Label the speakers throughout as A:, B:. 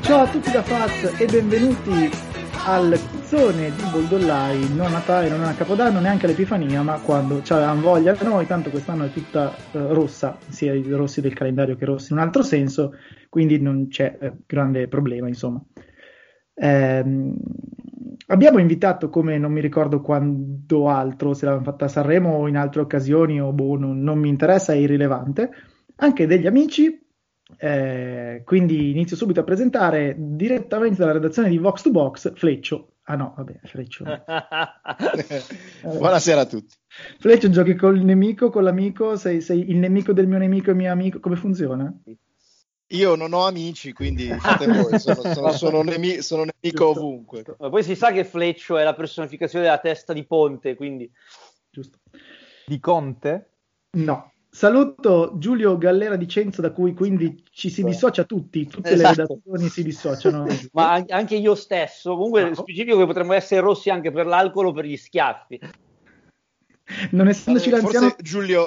A: Ciao a tutti da Faz e benvenuti al puzzone di Boldollai, non a Natale, non a Capodanno, neanche all'Epifania, ma quando ci avevamo voglia noi, tanto quest'anno è tutta eh, rossa, sia i rossi del calendario che rossi in un altro senso, quindi non c'è eh, grande problema, insomma. Ehm, abbiamo invitato, come non mi ricordo quando altro, se l'avevamo fatta a Sanremo o in altre occasioni, o boh, non, non mi interessa, è irrilevante, anche degli amici eh, quindi inizio subito a presentare direttamente dalla redazione di Vox to Box Fleccio. Ah no, vabbè, Fleccio.
B: Eh.
C: Buonasera a tutti.
A: Fleccio, giochi col nemico, con l'amico? Sei, sei il nemico del mio nemico e mio amico? Come funziona?
C: Io non ho amici, quindi fate voi, sono, sono, sono nemi- sono nemico
A: Giusto,
C: ovunque.
A: giusto,
B: Ma poi si sa che Fleccio è la personificazione della testa di Ponte, quindi
A: giusto.
D: di Conte?
A: No. Saluto Giulio Gallera di Cenzo, da cui quindi ci si dissocia tutti, tutte le
B: Esatto.
A: redazioni si dissociano.
B: ma an- anche io stesso, comunque
A: No.
B: specifico che potremmo essere rossi anche per l'alcol o per gli schiaffi.
A: Non essendoci l'anziano...
C: Forse Giulio,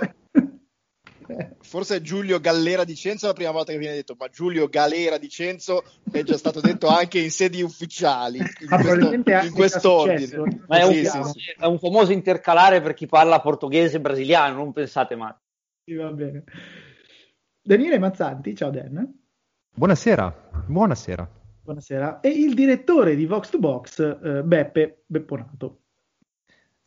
C: forse Giulio Gallera di Cenzo è la prima volta che viene detto, ma Giulio Galera di Cenzo è già stato detto anche in sedi ufficiali, in
A: Ah, probabilmente
C: questo-
A: anche
C: in
A: è già
C: quest'ordine.
A: successo.
B: Ma è un,
C: Sì, sì,
B: famoso,
C: sì.
B: è un famoso intercalare per chi parla portoghese e brasiliano, non pensate male.
A: Sì, va bene. Daniele Mazzanti, ciao Dan.
D: Buonasera, buonasera.
A: Buonasera. E il direttore di Vox to Box, eh, Beppe Bepponato.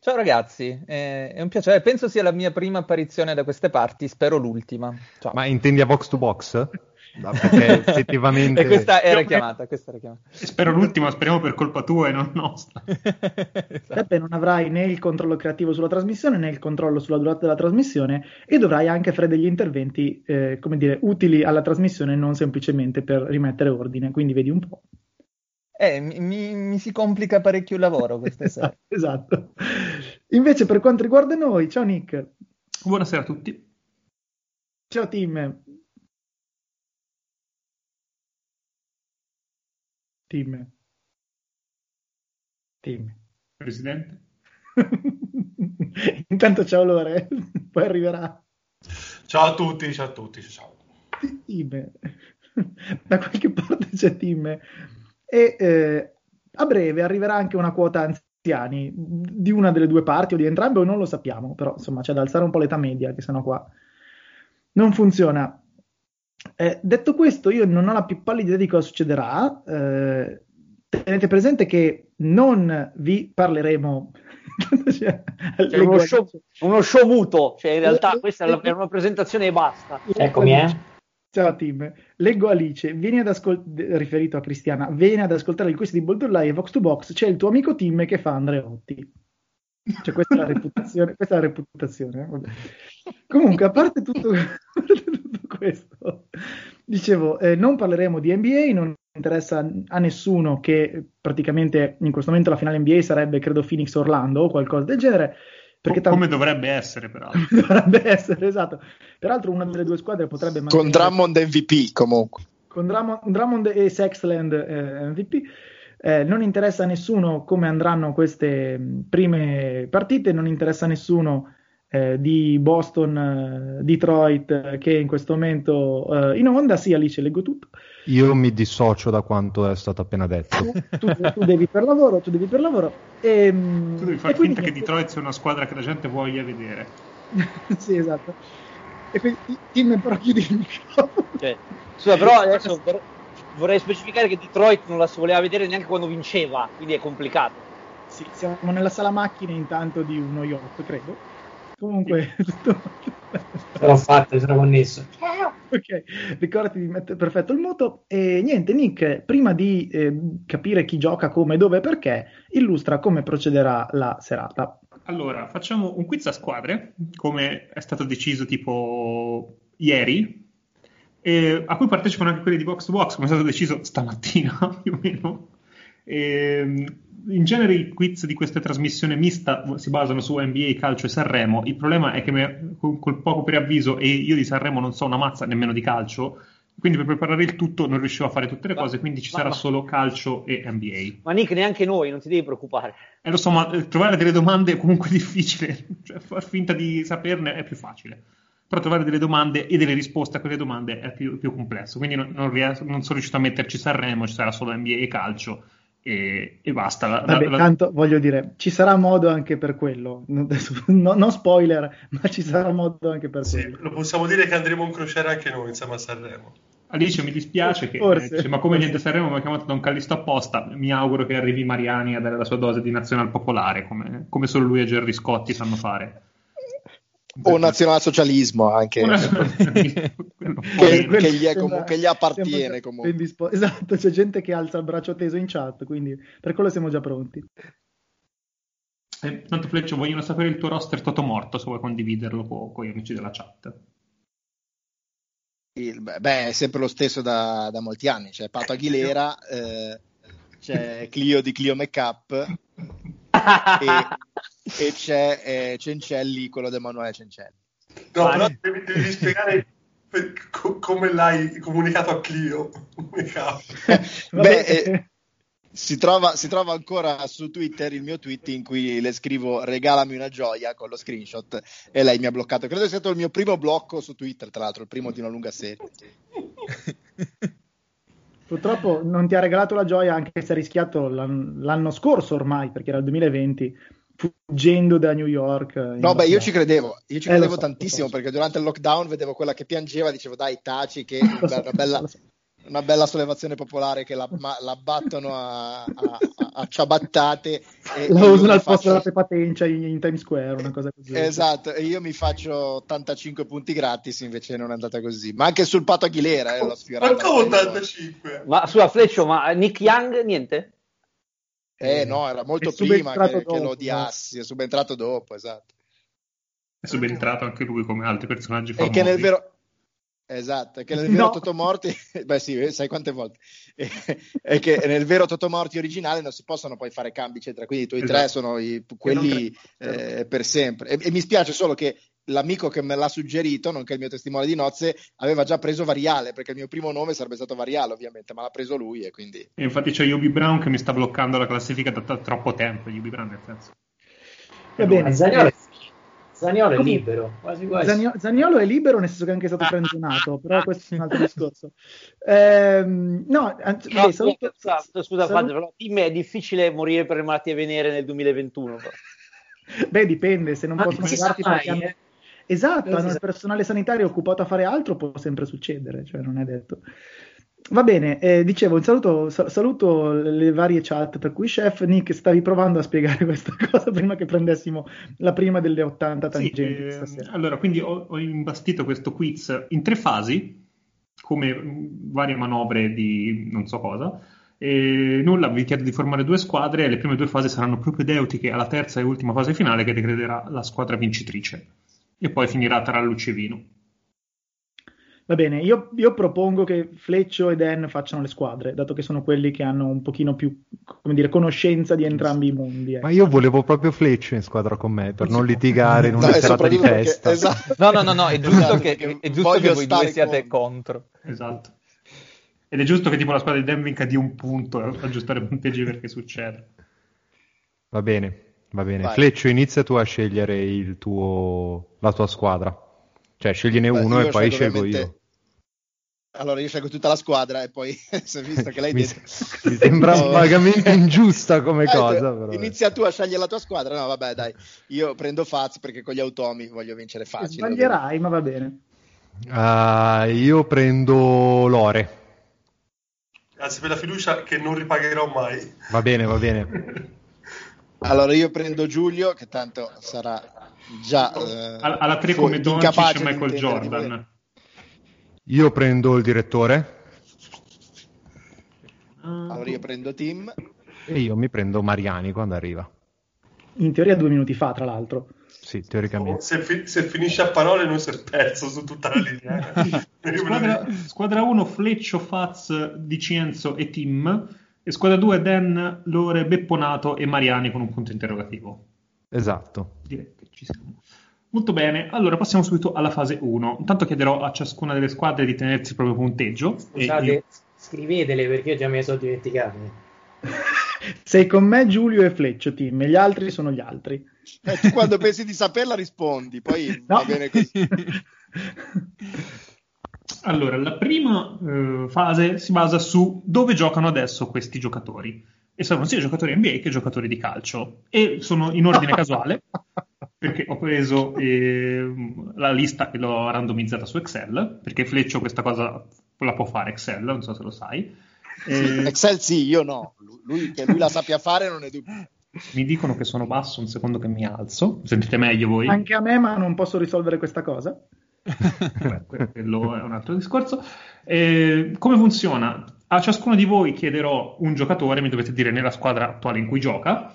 E: Ciao ragazzi, eh, è un piacere, penso sia la mia prima apparizione da queste parti, spero l'ultima. Ciao.
D: Ma intendi a box to box? No, perché effettivamente...
E: E questa era chiamata, questa era chiamata.
F: Spero l'ultima, speriamo per colpa tua e non nostra.
E: Esatto.
A: Beppe non avrai né il controllo creativo sulla trasmissione né il controllo sulla durata della trasmissione e dovrai anche fare degli interventi, eh, come dire, utili alla trasmissione, non semplicemente per rimettere ordine. Quindi vedi un po'.
E: Eh, mi, mi- mi si complica parecchio il lavoro questa sera.
A: esatto. Invece per quanto riguarda noi, ciao Nick,
F: Buonasera a tutti.
A: ciao team. Team. Team.
F: Presidente.
A: Intanto ciao Lore, poi arriverà
G: Ciao a tutti, ciao a tutti, ciao.
A: Time. Da qualche parte c'è Tim. E eh, a breve arriverà anche una quota anziani di una delle due parti o di entrambe o non lo sappiamo, però insomma c'è da alzare un po' l'età media che sennò qua non funziona. Eh, detto questo, io non ho la più pallida idea di cosa succederà. eh, tenete presente che non vi parleremo. Cioè,
B: Cioè, uno,
A: leggo-
B: show, uno show muto, cioè in realtà questa è la- è una presentazione e basta.
H: Eccomi, eh.
A: Ciao team, leggo Alice, vieni ad ascoltare, riferito a Cristiana, vieni ad ascoltare il quiz di Boldorlai e Vox to Box, c'è il tuo amico Tim che fa Andreotti. Cioè questa è la reputazione, questa è la reputazione. eh, vabbè. Comunque, a parte tutto, a parte tutto questo, dicevo, eh, non parleremo di NBA, non interessa a nessuno che eh, praticamente in questo momento la finale NBA sarebbe, credo, Phoenix-Orlando o qualcosa del genere, perché
F: Co- Come
A: tanto
F: dovrebbe essere, peraltro.
A: dovrebbe essere, esatto. Peraltro una delle due squadre potrebbe
C: Con
A: mantenere-
C: Drummond MVP comunque.
A: con Drummond, Drummond e Sexland eh, MVP. Eh, non interessa a nessuno come andranno queste mh, prime partite, non interessa a nessuno eh, di Boston, eh, Detroit, eh, che in questo momento eh, in onda. Sì, Alice, leggo tutto.
D: Io mi dissocio da quanto è stato appena detto.
A: Tu, tu devi per lavoro, tu devi per lavoro. E, mh,
F: Tu devi
A: e
F: far
A: quindi
F: finta che
A: niente.
F: Detroit sia una squadra che la gente voglia vedere.
A: sì, esatto. E quindi Tim, però chiudi il microfono.
B: Cioè, scusa, però adesso vor- vorrei specificare che Detroit non la si voleva vedere neanche quando vinceva, quindi è complicato.
A: Sì, siamo nella sala macchine intanto di uno yacht, credo. Comunque, tutto...
H: L'ho fatto, sono connesso.
A: Ok, ricordati di mettere perfetto il muto. E niente, Nick, prima di eh, capire chi gioca, come, dove e perché, illustra come procederà la serata.
F: Allora, facciamo un quiz a squadre, come è stato deciso tipo ieri, e a cui partecipano anche quelli di Box to Box, come è stato deciso stamattina più o meno. Ehm, in genere i quiz di questa trasmissione mista si basano su NBA, calcio e Sanremo. Il problema è che me- col, col poco preavviso e io di Sanremo non so una mazza nemmeno di calcio, quindi per preparare il tutto non riuscivo a fare tutte le
B: Ma-
F: cose, quindi ci
B: ma-
F: sarà
B: ma-
F: solo calcio e NBA.
B: Ma Nick, neanche noi, non ti devi preoccupare.
F: Eh, lo so, ma eh, trovare delle domande è comunque difficile, cioè far finta di saperne è più facile. però trovare delle domande e delle risposte a quelle domande è più, più complesso. Quindi non, non riesco- non sono riuscito a metterci Sanremo, ci sarà solo NBA e calcio e, e basta. La- la-
A: Vabbè,
F: la-
A: tanto voglio dire, ci sarà modo anche per quello. No, adesso- no- non spoiler, ma ci sarà modo anche per
G: Sì,
A: quello.
G: lo possiamo dire che andremo in crociera anche noi insieme a Sanremo.
F: Alice, mi dispiace che
A: Forse.
F: eh, dice, ma come niente Sanremo mi ha chiamato da un callisto apposta. Mi auguro che arrivi Mariani a dare la sua dose di nazional popolare, come, come solo lui e Gerry Scotti sanno fare.
C: O nazionalsocialismo anche.
F: Una- Quello poi-
C: Quello- che gli è
A: sembra-
C: comunque- che gli appartiene
A: sembra già
C: comunque.
A: ben dispo- Esatto, c'è gente che alza il braccio teso in chat, quindi per quello siamo già pronti.
F: Eh, tanto Fleccio, vogliono sapere il tuo roster toto morto, se vuoi condividerlo co- con gli amici della chat.
C: Il- beh, è sempre lo stesso da, da molti anni. C'è Pato Aguilera, eh, c'è Clio di Clio Makeup e, e c'è eh, Cencelli, quello di Emanuele Cencelli.
G: No,
F: Vai.
G: però devi, devi spiegare per- co- come l'hai comunicato a Clio.
C: Beh,
A: Vabbè.
C: eh, si, trova, si trova ancora su Twitter il mio tweet in cui le scrivo regalami una gioia con lo screenshot e lei mi ha bloccato. Credo sia stato il mio primo blocco su Twitter, tra l'altro, il primo di una lunga serie.
A: Purtroppo non ti ha regalato la gioia anche se ha rischiato l'an- l'anno scorso ormai, perché era il 2020, fuggendo da New York.
C: No, beh, io ci credevo, io ci
A: Eh, lo
C: credevo
A: so,
C: tantissimo
A: lo so.
C: perché durante il lockdown vedevo quella che piangeva, dicevo dai taci che è una bella, una bella sollevazione popolare che la, ma- la battono a, a- a ciabattate. e- e
A: La
C: io
A: usano
C: mi
A: al posto
C: faccio-
A: della Peppa Tencia in, in Times Square, una cosa così.
C: Esatto, e io mi faccio 85 punti gratis, invece non è andata così. Ma anche sul Pato Aguilera eh, l'ho sfiorato.
G: Manco 85.
B: Ma sulla Fleccio, ma Nick Young niente?
C: Eh no, era molto
A: È
C: prima
A: subentrato
C: che, che
A: dopo,
C: lo odiassi, è subentrato dopo, esatto.
F: È subentrato anche lui come altri personaggi
C: E
F: famosi.
C: che nel vero... Esatto, e che nel vero
A: No.
C: Totomorti, beh sì, eh, sai quante volte, e, e che nel vero Totomorti originale non si possono poi fare cambi, eccetera, quindi i tuoi tre
F: Esatto.
C: sono i-
F: non certo.
C: quelli eh, per sempre. E, e mi spiace solo che l'amico che me l'ha suggerito, nonché il mio testimone di nozze, aveva già preso Variale, perché il mio primo nome sarebbe stato Variale ovviamente, ma l'ha preso lui e quindi...
F: E infatti c'è Yubi Brown che mi sta bloccando la classifica da t- troppo tempo. Yubi Brown, nel senso.
A: Va bene,
H: Zaniolo,
A: eh,
H: Zaniolo è
A: Comunque-
H: libero, quasi quasi.
A: Zanio- Zaniolo è libero, nel senso che è anche stato franzionato, però questo è un altro discorso. Ehm, no, anzi,
B: No,
A: vabbè,
B: scusa,
A: saluto-
B: scusa, scusa,
A: saluto-
B: Fabio, però Tim, è difficile morire per le malattie venere nel 2021. però.
A: Beh, dipende, se non
H: Ma
A: possono
H: non si sa
A: pagarti perché
H: mai,
A: hanno-
H: eh.
A: Esatto,
H: Non si
A: hanno il
H: sa.
A: personale sanitario occupato a fare altro, può sempre succedere, cioè non è detto. Va bene, eh, dicevo, un saluto, sa- saluto le varie chat, per cui chef Nick stavi provando a spiegare questa cosa prima che prendessimo la prima delle 80
F: Sì,
A: tangenti
F: ehm,
A: stasera.
F: allora, quindi ho, ho imbastito questo quiz in tre fasi, come mh, varie manovre di non so cosa. E nulla, vi chiedo di formare due squadre e le prime due fasi saranno propedeutiche alla terza e ultima fase finale che decreterà la squadra vincitrice. E poi finirà tra Lucevino.
A: Va bene, io, io propongo che Fleccio e Dan facciano le squadre, dato che sono quelli che hanno un pochino più, come dire, conoscenza di entrambi i mondi. ecco.
D: Ma io volevo proprio Fleccio in squadra con me per non litigare in una
C: No, e
D: serata di
C: sopravvivo perché-
D: festa.
C: esatto.
E: No, no, no, no, è giusto
C: Esatto,
E: che,
C: perché
E: è giusto
C: voglio
E: che voi
C: stare
E: due siate
C: con-
E: contro.
F: Esatto. Ed è giusto che tipo la squadra di Dan vinca di un punto e aggiustare i punteggi perché succede.
D: Va bene, va bene.
C: Vai.
D: Fleccio, inizia tu a scegliere il tuo, la tua squadra. Cioè, scegliene
C: Beh,
D: uno
C: io
D: e
C: scelgo
D: poi scelgo io.
C: ovviamente- Allora io scelgo tutta la squadra e poi, se visto che lei
D: mi,
C: detto...
D: mi sembra
C: No.
D: vagamente ingiusta come
C: Eh,
D: cosa,
C: te-
D: però.
C: Inizia tu a scegliere la tua squadra. No, vabbè, dai, io prendo Faz perché con gli automi voglio vincere facile.
A: Sbaglierai, ma va bene.
D: Ah, io prendo Lore.
G: Grazie per la fiducia che non ripagherò mai.
D: Va bene, va bene.
C: Allora io prendo Giulio, che tanto sarà già eh,
F: Alla, alla 3
C: fu-
F: come Doncic
C: incapace
F: c'è
C: di
F: Michael
C: intendere di voi.
F: Jordan.
D: Io prendo il direttore
C: Allora io prendo Tim.
D: e io mi prendo Mariani quando arriva.
A: In teoria due minuti fa, tra l'altro.
D: Sì, teoricamente.
G: Se, fi- se finisce a parole non si è perso su tutta la linea. Io me lo
F: Eh? Squadra,
G: dico.
F: squadra 1 Fleccio, Faz, Di Cienzo e Tim. E squadra 2 Dan, Lore, Bepponato e Mariani con un punto interrogativo.
D: Esatto.
F: Direi che ci siamo. Molto bene, allora passiamo subito alla fase 1. Intanto chiederò a ciascuna delle squadre di tenersi il proprio punteggio. E
H: Scusate,
F: io-
H: scrivetele perché io già me ne sono dimenticato.
A: Sei con me Giulio e Fleccio, team, e gli altri sono gli altri.
C: Eh, tu quando pensi di saperla rispondi, poi
A: No.
C: va bene così.
F: Allora, la prima eh, fase si basa su dove giocano adesso questi giocatori. E sono sia giocatori NBA che giocatori di calcio. E sono in ordine casuale, perché ho preso ehm, la lista e l'ho randomizzata su Excel, perché Fleccio questa cosa la può fare Excel, non so se lo sai. Eh,
C: Excel sì, io no. Lui, che lui la sappia fare non è dubbio.
F: mi dicono che sono basso, un secondo che mi alzo. Mi Sentite meglio voi?
A: Anche a me, ma non posso risolvere questa cosa.
F: Vabbè, que- quello è un altro discorso. Eh, come funziona? A ciascuno di voi chiederò un giocatore, mi dovete dire nella squadra attuale in cui gioca.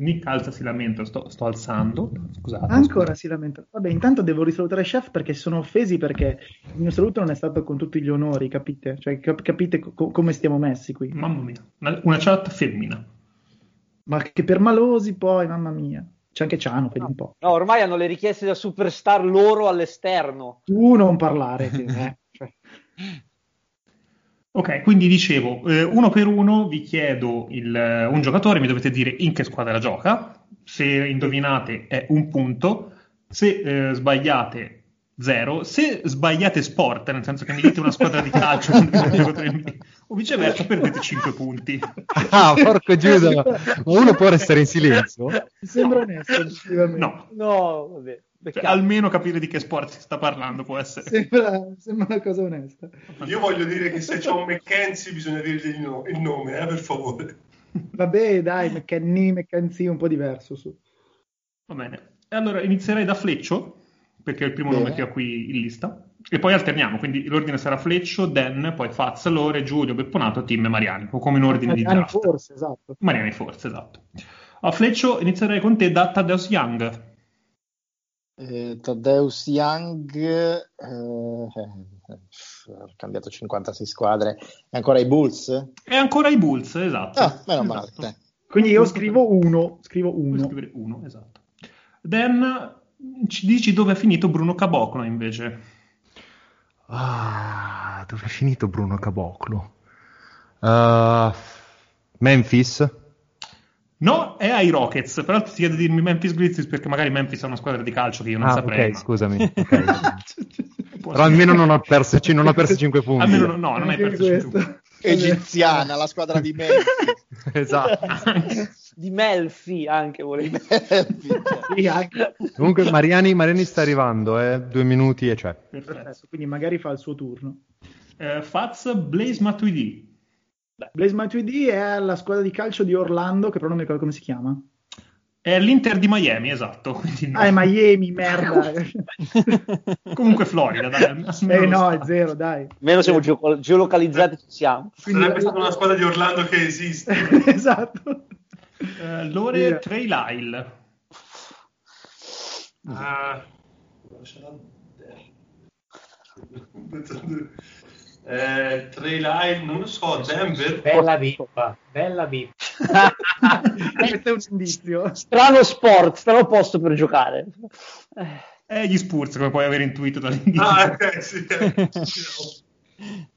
F: Nick alza, si lamenta, sto, sto alzando. Scusate.
A: Ancora si lamenta. Vabbè, intanto devo risalutare Chef perché si sono offesi perché il mio saluto non è stato con tutti gli onori, capite? Cioè, cap- capite co- come stiamo messi qui.
F: Mamma mia, una, una chat femmina.
A: Ma che per malosi poi, mamma mia. C'è anche Ciano, vedi un po'.
B: No, ormai hanno le richieste da superstar loro all'esterno.
A: Tu non parlare. sì, eh. Cioè,
F: Ok, quindi dicevo, eh, uno per uno vi chiedo il, eh, un giocatore, mi dovete dire in che squadra gioca, se indovinate è un punto, se eh, sbagliate zero, se sbagliate sport, nel senso che mi dite una squadra di calcio con un giocatore NBA, o viceversa perdete 5 punti.
D: Ah, porco Giuda, ma uno può restare in silenzio?
A: mi sembra onesto, effettivamente.
F: No,
B: No, vabbè.
F: cioè,
B: peccato.
F: almeno capire di che sport si sta parlando può essere.
A: Sembra, sembra una cosa onesta.
G: Io voglio dire che se c'è un McKenzie bisogna dirgli il, no- il nome, eh, per favore.
A: Vabbè, dai, McKenny, McKenzie, un po' diverso. Su.
F: Va bene. E allora inizierei da Fleccio, perché è il primo
C: Bene.
F: nome che ho qui in lista, e poi alterniamo, quindi l'ordine sarà Fleccio, Dan, poi Faz, Lore, Giulio, Bepponato, Tim e Mariani, o come in ordine di
A: Anni
F: draft.
A: forse, esatto.
F: Mariani forse, esatto. A Fleccio inizierei con te da Thaddeus Young.
C: Eh, Taddeus Young eh, eh, ha cambiato 56 squadre. È ancora i Bulls?
F: E ancora i Bulls, esatto.
C: Ah, meno male.
F: Esatto.
C: dai.
A: Quindi io scrivo uno, scrivo
F: Puoi
A: uno.
F: scrivere uno, esatto. Dan, ci dici dove è finito Bruno Caboclo invece?
D: Ah, dove è finito Bruno Caboclo? Ah, Memphis?
F: No, è ai Rockets, però ti chiedo di dirmi Memphis Grizzlies perché magari Memphis è una squadra di calcio che io non
D: ah,
F: saprei.
D: ok,
F: ma-
D: scusami. ok.
F: Può
D: Però
F: essere.
D: almeno non ho perso, ci- non ho perso 5 punti.
F: Almeno no, no, non hai
A: Anche questo.
F: perso tu.
C: Egiziana, la squadra di Memphis.
D: esatto.
B: Di Melfi anche volevo.
A: Sì, anche-
D: Comunque Mariani, Mariani sta arrivando, eh, due minuti e c'è.
F: Perfetto.
A: Perfetto, quindi magari fa il suo turno.
F: Eh, Faz Blaze Matuidi.
A: Blaze Matuidi è alla squadra di calcio di Orlando, che però non mi ricordo come si chiama.
F: È l'Inter di Miami, esatto. quindi no.
A: Ah, è Miami, merda.
F: Comunque Florida, dai. almeno
A: eh
F: lo
A: no,
F: sa.
A: è zero, dai.
B: Almeno siamo geo- geolocalizzati, ci siamo.
A: Quindi-
G: Sarebbe stata una squadra di Orlando che esiste.
A: esatto.
F: Eh, Lore
A: Via.
F: Trey Lyle.
G: Ah. Eh, Trey Line, non lo so, Denver.
H: Bella bippa, bella bippa.
A: Questo è un indizio.
B: Strano sport, strano posto per giocare. Eh,
F: E gli Spurs, come puoi aver intuito dall'inizio.
G: Ah, eh, sì, eh.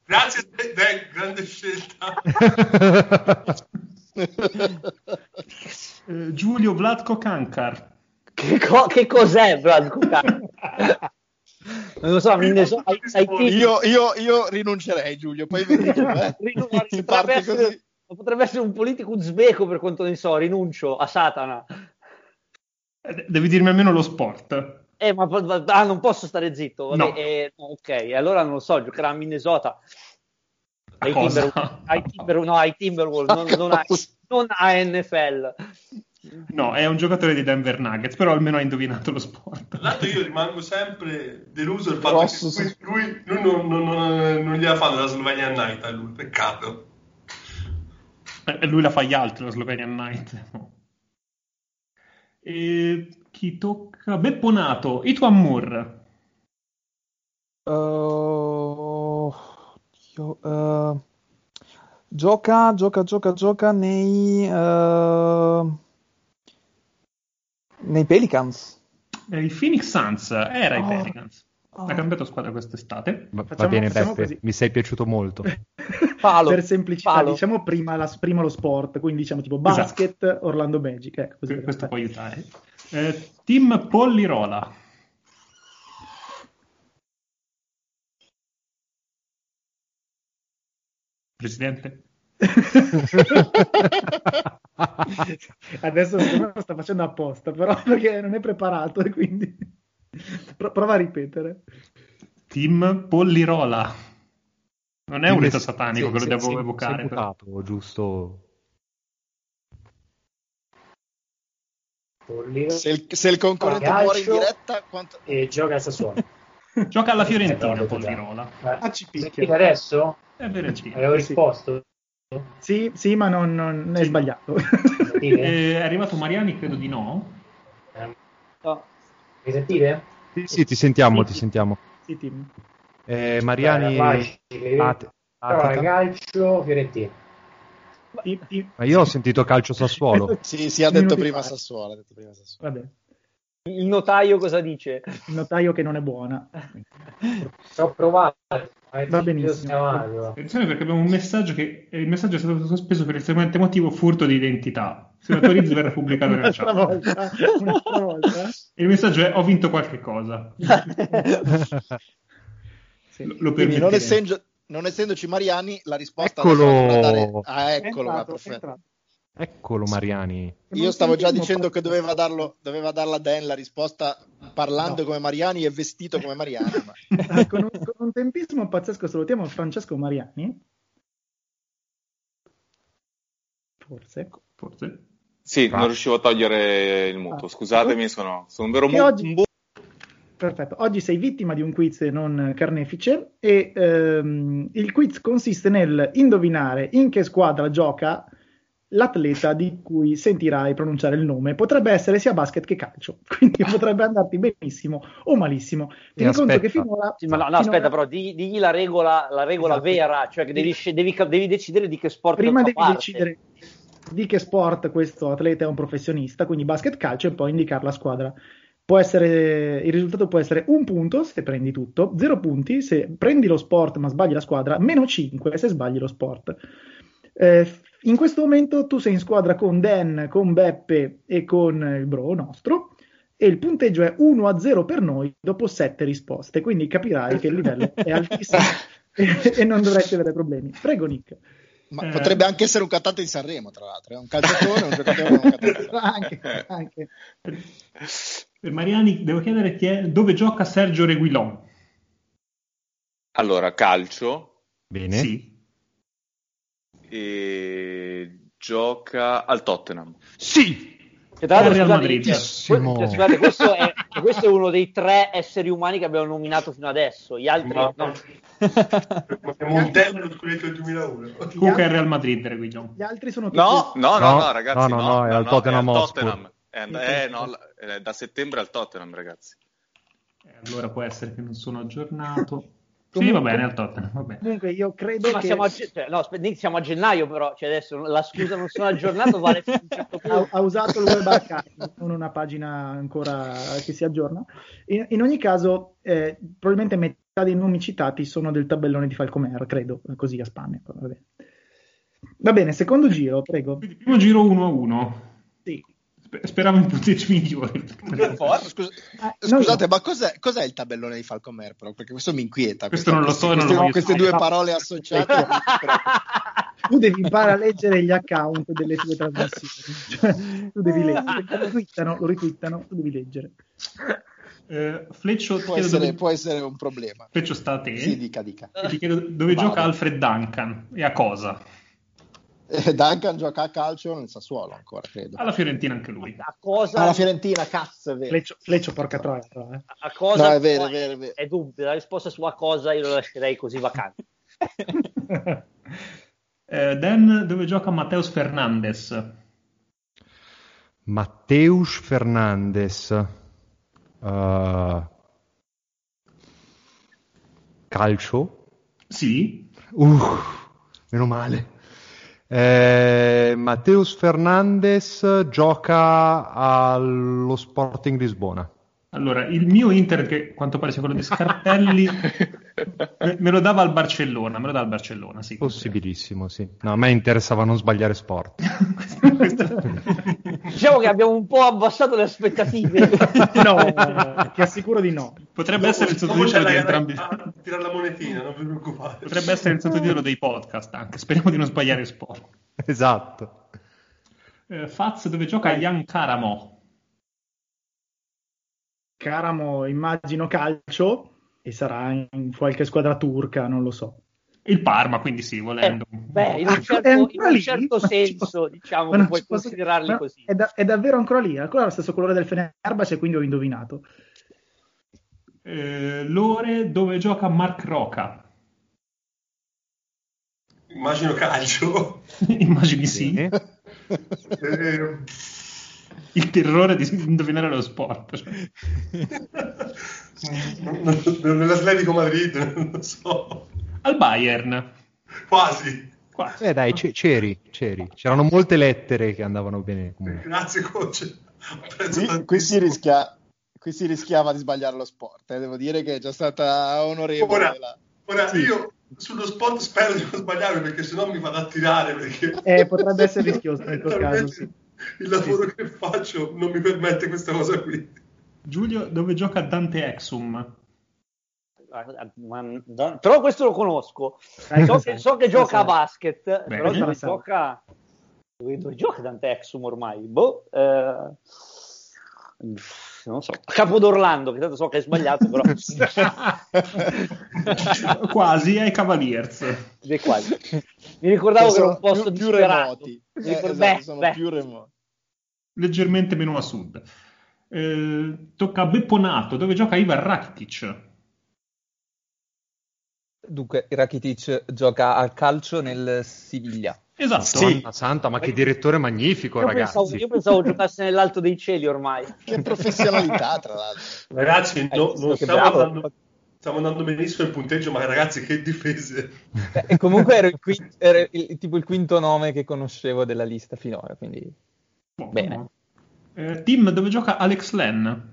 G: Grazie, Dan, grande scelta.
F: Eh, Giulio Vlatko Kankar.
B: Che, co- che cos'è Bradco Non lo so, mi ne so, ai, ai titoli.
C: io, io, io rinuncerei, Giulio. Poi vedi tu, eh.
B: Rinu- potrebbe,
C: Se parti
B: essere,
C: così.
B: potrebbe essere un politico uzbeko per quanto ne so, rinuncio a Satana.
F: Eh, Devi dirmi almeno lo sport.
B: Eh, ma ma- ah, non posso stare zitto. vabbè,
F: No.
B: eh, ok, allora non lo so, giocherà a Minnesota.
F: A
B: Ai
F: cosa?
B: Timberwolves, ai Timber- no, ai Timberwolves, non, non a,
C: cosa?
B: non a NFL.
F: No, è un giocatore di Denver Nuggets, però almeno ha indovinato lo sport.
G: Tra l'altro io rimango sempre deluso il fatto
C: Grosso,
G: che
C: sì.
G: lui, lui non, non, non, non gliela fanno la Slovenia Night a lui, peccato.
F: Eh, lui la fa gli altri, la Slovenian Night. E chi tocca? Bepponato, Ituan Moore.
E: Oh, oddio, eh, gioca, gioca, gioca, gioca nei, eh, nei Pelicans.
F: Eh, il Phoenix Suns era i
E: Oh.
F: Pelicans.
E: Oh.
F: Ha cambiato squadra quest'estate.
D: Va, va
A: Facciamo-
D: bene
A: facciamo
D: Beppe,
A: così.
D: mi sei piaciuto molto.
E: Palo,
A: per semplicità,
E: palo.
A: diciamo prima, la- prima lo sport, quindi diciamo tipo
C: Esatto.
A: basket, Orlando Magic. Ecco, così
F: Que-
A: per
F: Questo
A: fare.
F: può aiutare. Eh, team Pollirola. Presidente?
A: Adesso secondo me lo sta facendo apposta, però perché non è preparato e quindi Pro- prova a ripetere.
F: Team Pollirola. Non è un
D: Quindi
F: rito
D: se-
F: satanico
D: se-
F: che lo
D: se-
F: devo
D: se-
F: evocare.
D: se
F: però.
D: mutato, giusto?
H: Polliro
C: Se il, se il concorrente
H: Calcio.
C: muore in diretta, quanto...
H: e gioca a Sassuolo.
F: Gioca alla
H: Eh,
F: Fiorentina
H: però,
F: Pollirola.
H: Ma-
A: Ah, ci
H: Sentite
A: picchia.
H: adesso?
F: È Fiorentina.
H: Avevo
A: Sì, sì.
H: risposto.
A: Sì, sì, ma non, non- è sbagliato.
H: Sentite?
F: Eh, è arrivato Mariani, credo di no.
B: No.
H: Mi sentite?
D: Sì, sì, ti sentiamo,
H: Sì,
D: ti
H: sì.
D: sentiamo.
A: sì, Tim.
D: Eh, Mariani...
H: Vai, vai.
D: Ate-
A: ah,
H: Però è
D: Atica.
H: calcio Fiorentina.
A: Tim- Tim-
D: Ma io ho sentito calcio Sassuolo.
C: Sì, sì, ha
A: Minuti
C: detto
A: fa.
C: prima Sassuolo. Ha detto prima Sassuolo.
A: Vabbè,
B: Il notaio cosa dice?
A: il notaio che non è buona.
H: Ci ho provato.
A: Va benissimo.
F: Attenzione perché abbiamo un messaggio che eh, il messaggio è stato sospeso per il seguente motivo: furto di identità. Se lo autorizzi verrà pubblicato nella
A: Un'altra
F: chat.
A: volta, un'altra volta.
F: E il messaggio è: Ho vinto qualche cosa.
A: Sì.
F: Lo, lo
C: Quindi non,
F: permetteremo.
C: essendo- non essendoci Mariani, la risposta
D: Eccolo!
C: la dobbiamo dare- Ah, eccolo,
A: È
C: ma
A: entrato, è
C: perfetto.
A: entrato.
D: Eccolo Mariani.
A: Non
C: Io stavo già
A: sentiamo
C: dicendo che
A: proprio.
C: doveva, darlo, doveva darla Dan la risposta parlando
A: No.
C: come Mariani e vestito come Mariani. ma-
A: Ah, con, un, con un tempismo pazzesco salutiamo Francesco Mariani. Forse.
F: Forse.
I: Sì,
D: Ah.
I: non riuscivo a togliere il muto.
A: Ah.
I: Scusatemi, sono, sono un vero
A: E
I: muto.
A: oggi- Perfetto, oggi sei vittima di un quiz non carnefice e ehm, il quiz consiste nel indovinare in che squadra gioca l'atleta di cui sentirai pronunciare il nome. Potrebbe essere sia basket che calcio, quindi potrebbe andarti benissimo o malissimo.
D: E
A: Tieni conto
D: aspetta.
A: che finora...
B: Sì, ma no, no,
A: finora-
B: aspetta, però digli, digli la regola, la regola
A: Esatto.
B: vera, cioè che devi, sce- devi, cap- devi decidere di che sport
A: prima
B: fa
A: devi
B: parte.
A: decidere di che sport questo atleta è un professionista, quindi basket calcio, e poi indicare la squadra. Può essere, il risultato può essere un punto se prendi tutto, zero punti se prendi lo sport ma sbagli la squadra, meno 5 se sbagli lo sport. Eh, in questo momento tu sei in squadra con Dan, con Beppe e con il bro nostro e il punteggio è 1 a 0 per noi dopo 7 risposte, quindi capirai che il livello è altissimo e, e non dovresti avere problemi. Prego Nick.
C: Ma
F: Eh.
C: potrebbe anche essere un cantante in Sanremo, tra l'altro. È un calciatore, un giocatore un cantante in Sanremo.
A: anche, anche.
F: Per Mariani, devo chiedere chi è, dove gioca Sergio Reguilon.
I: Allora, calcio
D: Bene.
F: Sì.
I: e gioca al Tottenham.
F: Sì!
B: Che Cioè, tra l'altro,
F: Real
B: scusate,
F: Madrid.
B: que- cioè, scusate, questo, è, cioè, questo è uno dei tre esseri umani che abbiamo nominato fino adesso, gli altri
G: Ma-
B: no.
G: È Montella lo scudetto del 2001.
F: Comunque è Real Madrid Reguilon.
A: Gli altri sono tutti
I: No, no, no,
D: No,
I: no, ragazzi,
D: no,
I: no,
D: no, no, è al Tottenham Hotspur.
I: È and- eh, no, l- è da settembre al Tottenham, ragazzi.
F: Eh, Allora può essere che non sono aggiornato. sì,
A: Comunque-
F: va bene, al Tottenham, va bene.
A: Comunque io credo
B: Ma
A: che
B: siamo a, ge- cioè, no, aspetta, Nick, siamo a gennaio però, cioè adesso la scusa non sono aggiornato vale fino a un certo
A: ha,
B: punto.
A: ha usato il web archive, non una pagina ancora che si aggiorna. In, in ogni caso, eh, probabilmente metà dei nomi citati sono del tabellone di Falcomer, credo, così a spanne. però Va bene. Va bene, secondo giro, prego.
F: Quindi, primo giro 1 a 1.
A: Sì.
F: Speravo in punteggi migliori.
C: Scusa-
B: Eh,
A: Ah, no,
C: scusate,
A: no.
C: ma cos'è, cos'è il tabellone di Falcomer? Però? Perché questo mi inquieta.
F: Questo
C: Questa-
F: non lo so, non lo
C: queste- Queste
F: voglio sapere.
B: Ecco.
C: due parole associate.
A: Tu devi imparare a leggere gli account delle tue trasmissioni. tu devi leggere, lo retweetano, lo retweetano, tu devi leggere.
F: Eh, Fleccio, ti
C: può,
F: chiedo
C: essere,
F: dove-
C: può essere un problema.
F: Fleccio sta a te.
C: Sì, dica, dica.
F: E ti chiedo dove
C: Vado.
F: gioca Alfred Duncan e a cosa.
C: Eh, Duncan gioca a calcio nel Sassuolo ancora, credo.
F: Alla Fiorentina anche lui.
B: A cosa?
C: Alla Fiorentina, cazzo, è vero.
A: Fleccio, Fleccio, porca troia. però, eh.
B: a cosa
C: No, è vero, è vero, è vero.
B: è dubbio, la risposta su a cosa io lo lascerei così vacante.
F: Eh, Dan, dove gioca Mateus Fernandes?
D: Matteus Fernandes. Uh, calcio.
F: Sì.
D: Uh, meno male. Eh, Matteus Fernandes gioca allo Sporting Lisbona.
F: Allora, il mio internet, che a quanto pare sia quello di Scarpelli, Me, me lo dava al Barcellona, me lo dà al Barcellona, sì.
D: Possibilissimo, sì. No, a me interessava non sbagliare sport.
B: Diciamo che abbiamo un po' abbassato le aspettative.
A: No, ti assicuro di no.
F: Potrebbe essere il sottotitolo di entrambi.
G: a tirare la monetina, non vi preoccupate.
F: Potrebbe essere il sottotitolo dei podcast anche. Speriamo di non sbagliare sport.
D: esatto.
F: Eh, Faz dove gioca Jan Karamo.
A: Caramo, immagino calcio e sarà in qualche squadra turca, non lo so.
F: Il Parma, quindi sì, volendo.
B: Beh, in
A: Ah,
B: un certo,
A: è
B: in
A: ancora
B: un
A: lì?
B: certo
A: Ma ci
B: senso,
A: posso-
B: diciamo,
A: ma non
B: che puoi
A: ci posso-
B: considerarli
A: ma
B: così.
A: È, da- è davvero ancora lì, ancora lo stesso colore del Fenerbahce, quindi ho indovinato.
F: Eh, Lore dove gioca Mark Roca.
G: Immagino calcio.
F: Immagini sì.
D: Eh?
G: Eh,
F: Il terrore di indovinare lo sport. cioè.
G: Nell'Atletico Madrid, non lo so.
F: Al Bayern.
G: Quasi.
F: Qua.
D: Eh, dai, c- c'eri, c'eri. C'erano molte lettere che andavano bene comunque.
G: Grazie, coach. Ho preso
C: Qui,
G: tanti-
C: qui si rischia- qui si rischiava di sbagliare lo sport. eh. Devo dire che è già stata onorevole.
G: Ora,
C: la-
G: ora
C: Sì.
G: io sullo spot spero di non sbagliare perché sennò mi vado a tirare perché
A: Eh, potrebbe essere rischioso in quel
G: Talmente
A: caso, sì.
G: il lavoro che faccio non mi permette questa cosa qui
F: Giulio dove gioca Dante Exum.
B: Ma- da- Però questo lo conosco.
A: Eh,
B: So
A: lo
B: che,
A: so,
B: so che
A: lo so.
B: gioca a basket, però
F: Bene.
B: dove gioca... Dove, dove gioca Dante Exum ormai? Boh, eh, Non so, Capo d'Orlando, che tanto so che è sbagliato, però
F: Quasi ai Cavaliers.
B: Dei quali. mi ricordavo che era
C: sono
B: un posto
C: più, più
B: disperato.
C: remoti.
B: Mi
C: Eh,
B: ricordo-
C: esatto,
B: beh,
C: sono
B: beh.
C: più remoti.
F: leggermente meno a sud. Eh, tocca a Bepponato, dove gioca Ivan Rakitic.
E: Dunque, Rakitic gioca al calcio nel Siviglia.
F: Esatto.
C: Sì.
D: Madonna Santa, ma che direttore
F: Ecco,
D: magnifico,
B: Io
D: ragazzi.
B: pensavo, io pensavo giocasse nell'alto dei cieli ormai.
C: Che professionalità, tra l'altro.
G: ragazzi
E: Hai
G: no-
E: visto
G: non
E: Eh, che
G: stiamo
E: bravo?
G: andando, stiamo andando benissimo il punteggio ma ragazzi che difese
E: Beh, e comunque ero, il quin- era il- tipo il quinto nome che conoscevo della lista finora, quindi
F: Buono.
E: Bene.
F: Eh, team dove gioca Alex Len.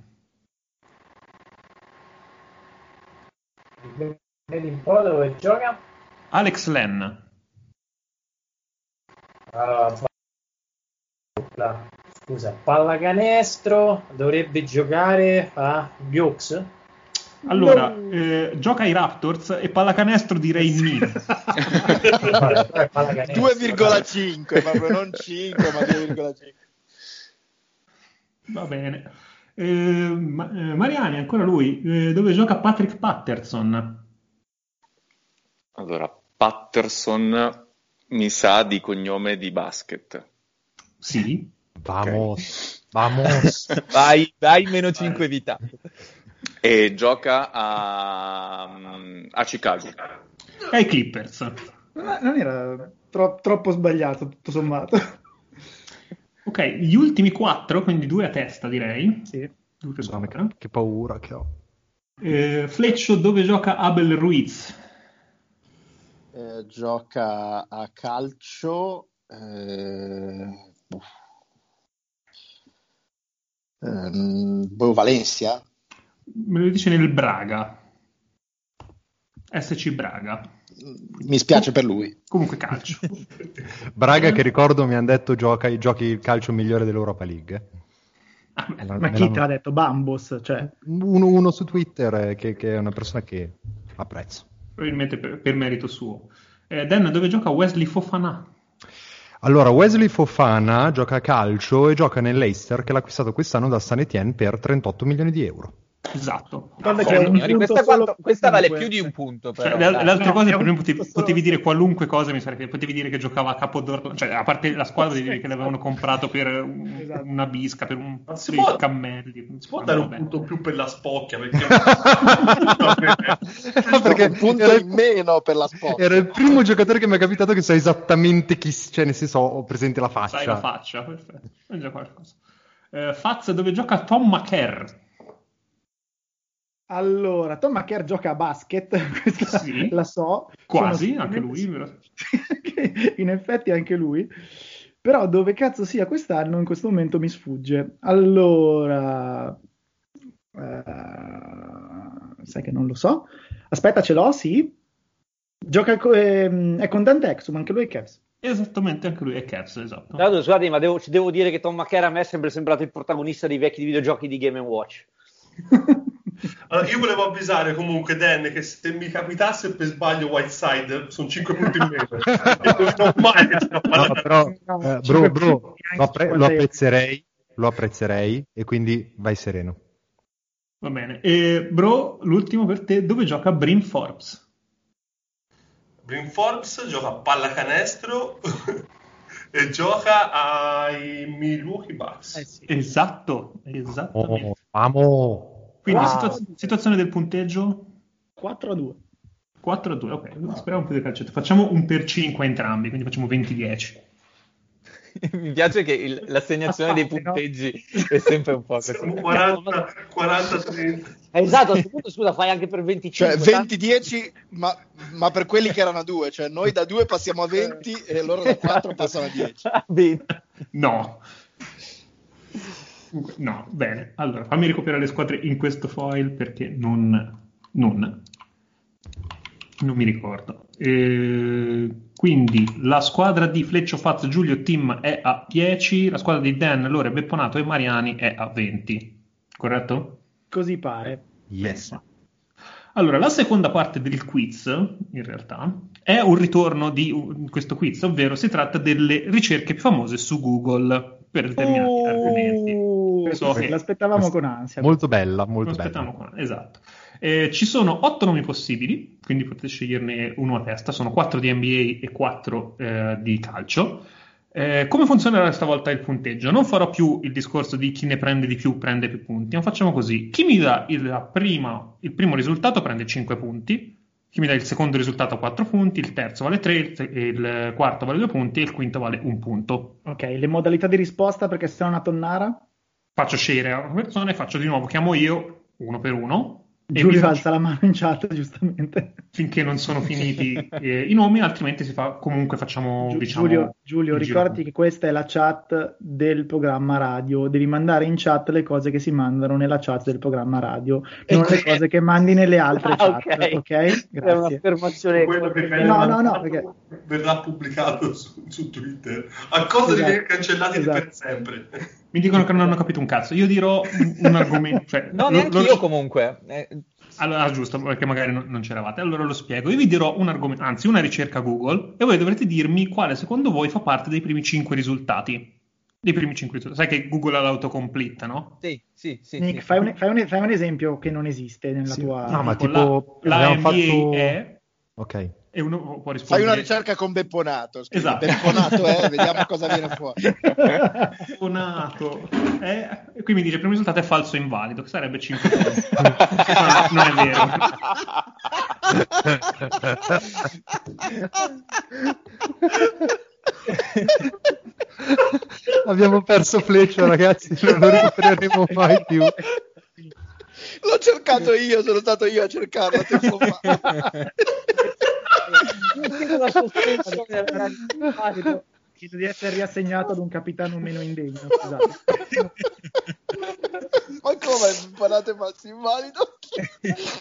H: Vedi un po' dove gioca.
F: Alex Len.
H: Ah, pa- Scusa, pallacanestro dovrebbe giocare a Biux.
F: Allora, eh, gioca ai Raptors e pallacanestro direi Nini.
H: Vabbè, però è pallacanestro,
C: 2,5, proprio non 5, ma 2,5.
F: Va bene. Eh, Ma- eh, Mariani, ancora lui, eh, dove gioca Patrick Patterson.
I: Allora, Patterson mi sa di cognome di basket.
F: Sì.
D: Vamos, vamos.
E: vai, dai meno 5 vita.
I: E gioca a, mm, a Chicago.
F: E ai Clippers.
A: Ma non era tro- troppo sbagliato, tutto sommato.
F: Ok, gli ultimi quattro, quindi due a testa direi.
A: Sì.
F: Due per
D: Madonna,
F: quattro.
D: che, che paura che ho.
F: Eh, Fleccio dove gioca Abel Ruiz?
C: Eh, gioca a calcio. eh, boh. Ehm, boh, Valencia?
F: Me lo dice nel Braga. SC Braga.
C: Mi spiace per lui.
F: Comunque calcio.
D: Braga, che ricordo, mi hanno detto gioca, giochi il calcio migliore dell'Europa League. eh.
F: Ah, beh.
A: Ma
D: Me me
A: chi te l'ha
D: l'hanno-
A: detto? Bambos, cioè.
D: Uno, uno su Twitter eh, che, che è una persona che apprezzo.
F: Probabilmente per, per merito suo. Eh, Dan dove gioca Wesley Fofana?
D: Allora, Wesley Fofana gioca a calcio e gioca nell'Eister che l'ha acquistato quest'anno da San Etienne per 38 milioni di euro.
F: Esatto.
A: Guarda
F: Cioè,
A: che è un
E: Signori,
A: punto
E: questa,
A: solo
E: quanto- questa vale
A: cinque.
E: più di un punto, però.
F: Cioè, le,
E: dai.
F: le altre
A: No,
F: cose
A: è
F: per
A: un
F: me potevi,
A: punto solo-
F: potevi dire qualunque cosa, mi sarebbe, potevi dire che giocava a Capodorla, cioè a parte la squadra devi dire che l'avevano comprato per un-
A: Esatto.
F: una bisca, per un
G: Ma si
F: dei
G: può-
F: cammelli.
G: si può dare un
F: Vabbè.
G: punto più per la spocchia perché
D: Perché
C: Un punto
D: era-
C: in meno per la sport.
D: Era il primo giocatore che mi è capitato che sa esattamente chi, cioè nel senso ho presente la faccia.
F: Sai la faccia, perfetto. È già qualcosa. Eh, Faz dove gioca Tom McCare.
A: Allora, Tom Macker gioca a basket, questa
F: Sì.
A: la so.
F: Quasi,
A: Sono
F: anche lui.
A: sicuramente- in effetti anche lui. Però dove cazzo sia quest'anno in questo momento mi sfugge. Allora... eh, sai che non lo so. Aspetta, ce l'ho? Sì. Gioca co- ehm, è con Dantexum, anche lui è Cavs.
F: Esattamente, anche lui è Cavs, esatto.
B: Tra l'altro, scusate, ma devo, ci devo dire che Tom McCare a me è sempre sembrato il protagonista dei vecchi videogiochi di Game Watch.
G: Allora, io volevo avvisare comunque Dan che se mi capitasse per sbaglio Whiteside sono 5 punti in meno. e non so mai che c'è una palla
D: No, però,
A: No,
D: eh,
A: ci
D: bro,
A: capisco
D: bro,
A: anche
D: lo, appre-
A: 50
D: lo
A: euro.
D: apprezzerei, lo apprezzerei e quindi vai sereno.
F: Va bene. E, bro, l'ultimo per te, dove gioca Brim Forbes?
G: Brim Forbes gioca a pallacanestro e gioca ai Milwaukee Bucks.
F: Esatto, esattamente.
D: Oh, amo.
F: Quindi
A: Wow.
F: situaz- situazione del punteggio
A: 4 a 2.
F: 4 a 2, ok, speriamo un po' di calcetto. Facciamo un per 5 entrambi, quindi facciamo 20-10.
E: Mi piace che il- l'assegnazione dei
A: Aspetta, no?
E: punteggi è sempre un po' così.
G: Siamo 40, 40 30.
B: Eh, Esatto, a questo punto, scusa, fai anche per 25.
C: Cioè 20-10, ma, ma per quelli che erano a 2, cioè noi da 2 passiamo a
D: Eh.
C: 20 e loro da 4 passano a 10.
B: Bene.
F: No. Comunque, No, bene. Allora, fammi recuperare le squadre in questo foil perché non... non, non mi ricordo. Eh, quindi, la squadra di Fleccio Faz Giulio Team è a 10, la squadra di Dan, Lore, Bepponato e Mariani è a 20. Corretto?
A: Così pare.
D: Yes.
F: Allora, la seconda parte del quiz, in realtà, è un ritorno di un- questo quiz, ovvero si tratta delle ricerche più famose su Google per determinati argomenti.
A: Uh,
F: So
A: sì,
F: che-
A: l'aspettavamo con ansia.
D: Molto bella, molto
F: Non
D: bella.
F: aspettiamo qua, esatto. Eh, ci sono otto nomi possibili, quindi potete sceglierne uno a testa, sono quattro di NBA e quattro eh, di calcio. Eh, come funzionerà stavolta il punteggio? Non farò più il discorso di chi ne prende di più prende più punti, ma facciamo così: chi mi dà il, la prima- il primo risultato prende 5 punti, chi mi dà il secondo risultato 4 punti, il terzo vale 3, il, te- il quarto vale 2 punti e il quinto vale 1 punto.
A: Ok, le modalità di risposta perché se no è una tonnara.
F: Faccio scegliere a una persona e faccio di nuovo, chiamo io uno per uno. e vi
A: Giulio
F: faccio-
A: alza la mano in chat, giustamente.
F: finché non sono finiti eh, i nomi, altrimenti si fa comunque facciamo
A: Giu-
F: diciamo
A: Giulio, Giulio,
F: il giro.
A: ricordati che questa è la chat del programma radio, devi mandare in chat le cose che si mandano nella chat del programma radio,
F: E
A: non le
F: quindi-
A: cose che mandi nelle altre
B: Ah, ok.
A: chat, ok?
B: È
A: Grazie.
B: un'affermazione.
G: Quello che
A: No, no, no, perché-
G: verrà pubblicato su, su Twitter a cosa di
A: Esatto.
G: venire cancellati di
A: Esatto.
G: per sempre.
F: Mi dicono che non hanno capito un cazzo. Io dirò un, un argomento. Cioè,
E: No,
F: lo-
E: neanche
F: lo-
E: io comunque. Eh,
F: Allora, ah, giusto, perché magari non, non c'eravate. Allora lo spiego. Io vi dirò un argomento, anzi, una ricerca Google, e voi dovrete dirmi quale secondo voi fa parte dei primi 5 risultati. Dei primi 5 risultati. Sai che Google ha l'autocomplete, no?
E: sì, sì, sì.
A: Nick,
E: sì.
A: fai un, fai un- fai un esempio che non esiste nella
D: Sì.
A: tua...
D: No, ma
F: Con
D: tipo,
F: la, la NBA
D: abbiamo fatto-
F: è
D: Ok.
F: e uno può rispondere.
C: Fai una ricerca con Bepponato. scrivi
F: Esatto.
C: Bepponato è, eh, vediamo cosa viene fuori.
F: Donato. Eh, e qui mi dice il primo risultato è falso e invalido, che sarebbe 5 punti. No, non è vero.
D: Abbiamo perso Fletcher, ragazzi, non lo recupereremo mai più.
C: L'ho cercato io, sono stato io a cercarlo tempo fa.
B: una sospensione ragazzi.
A: Chiedo di essere riassegnato ad un capitano meno indegno, scusate.
C: Ma come Bepponato è falso invalido? Chi,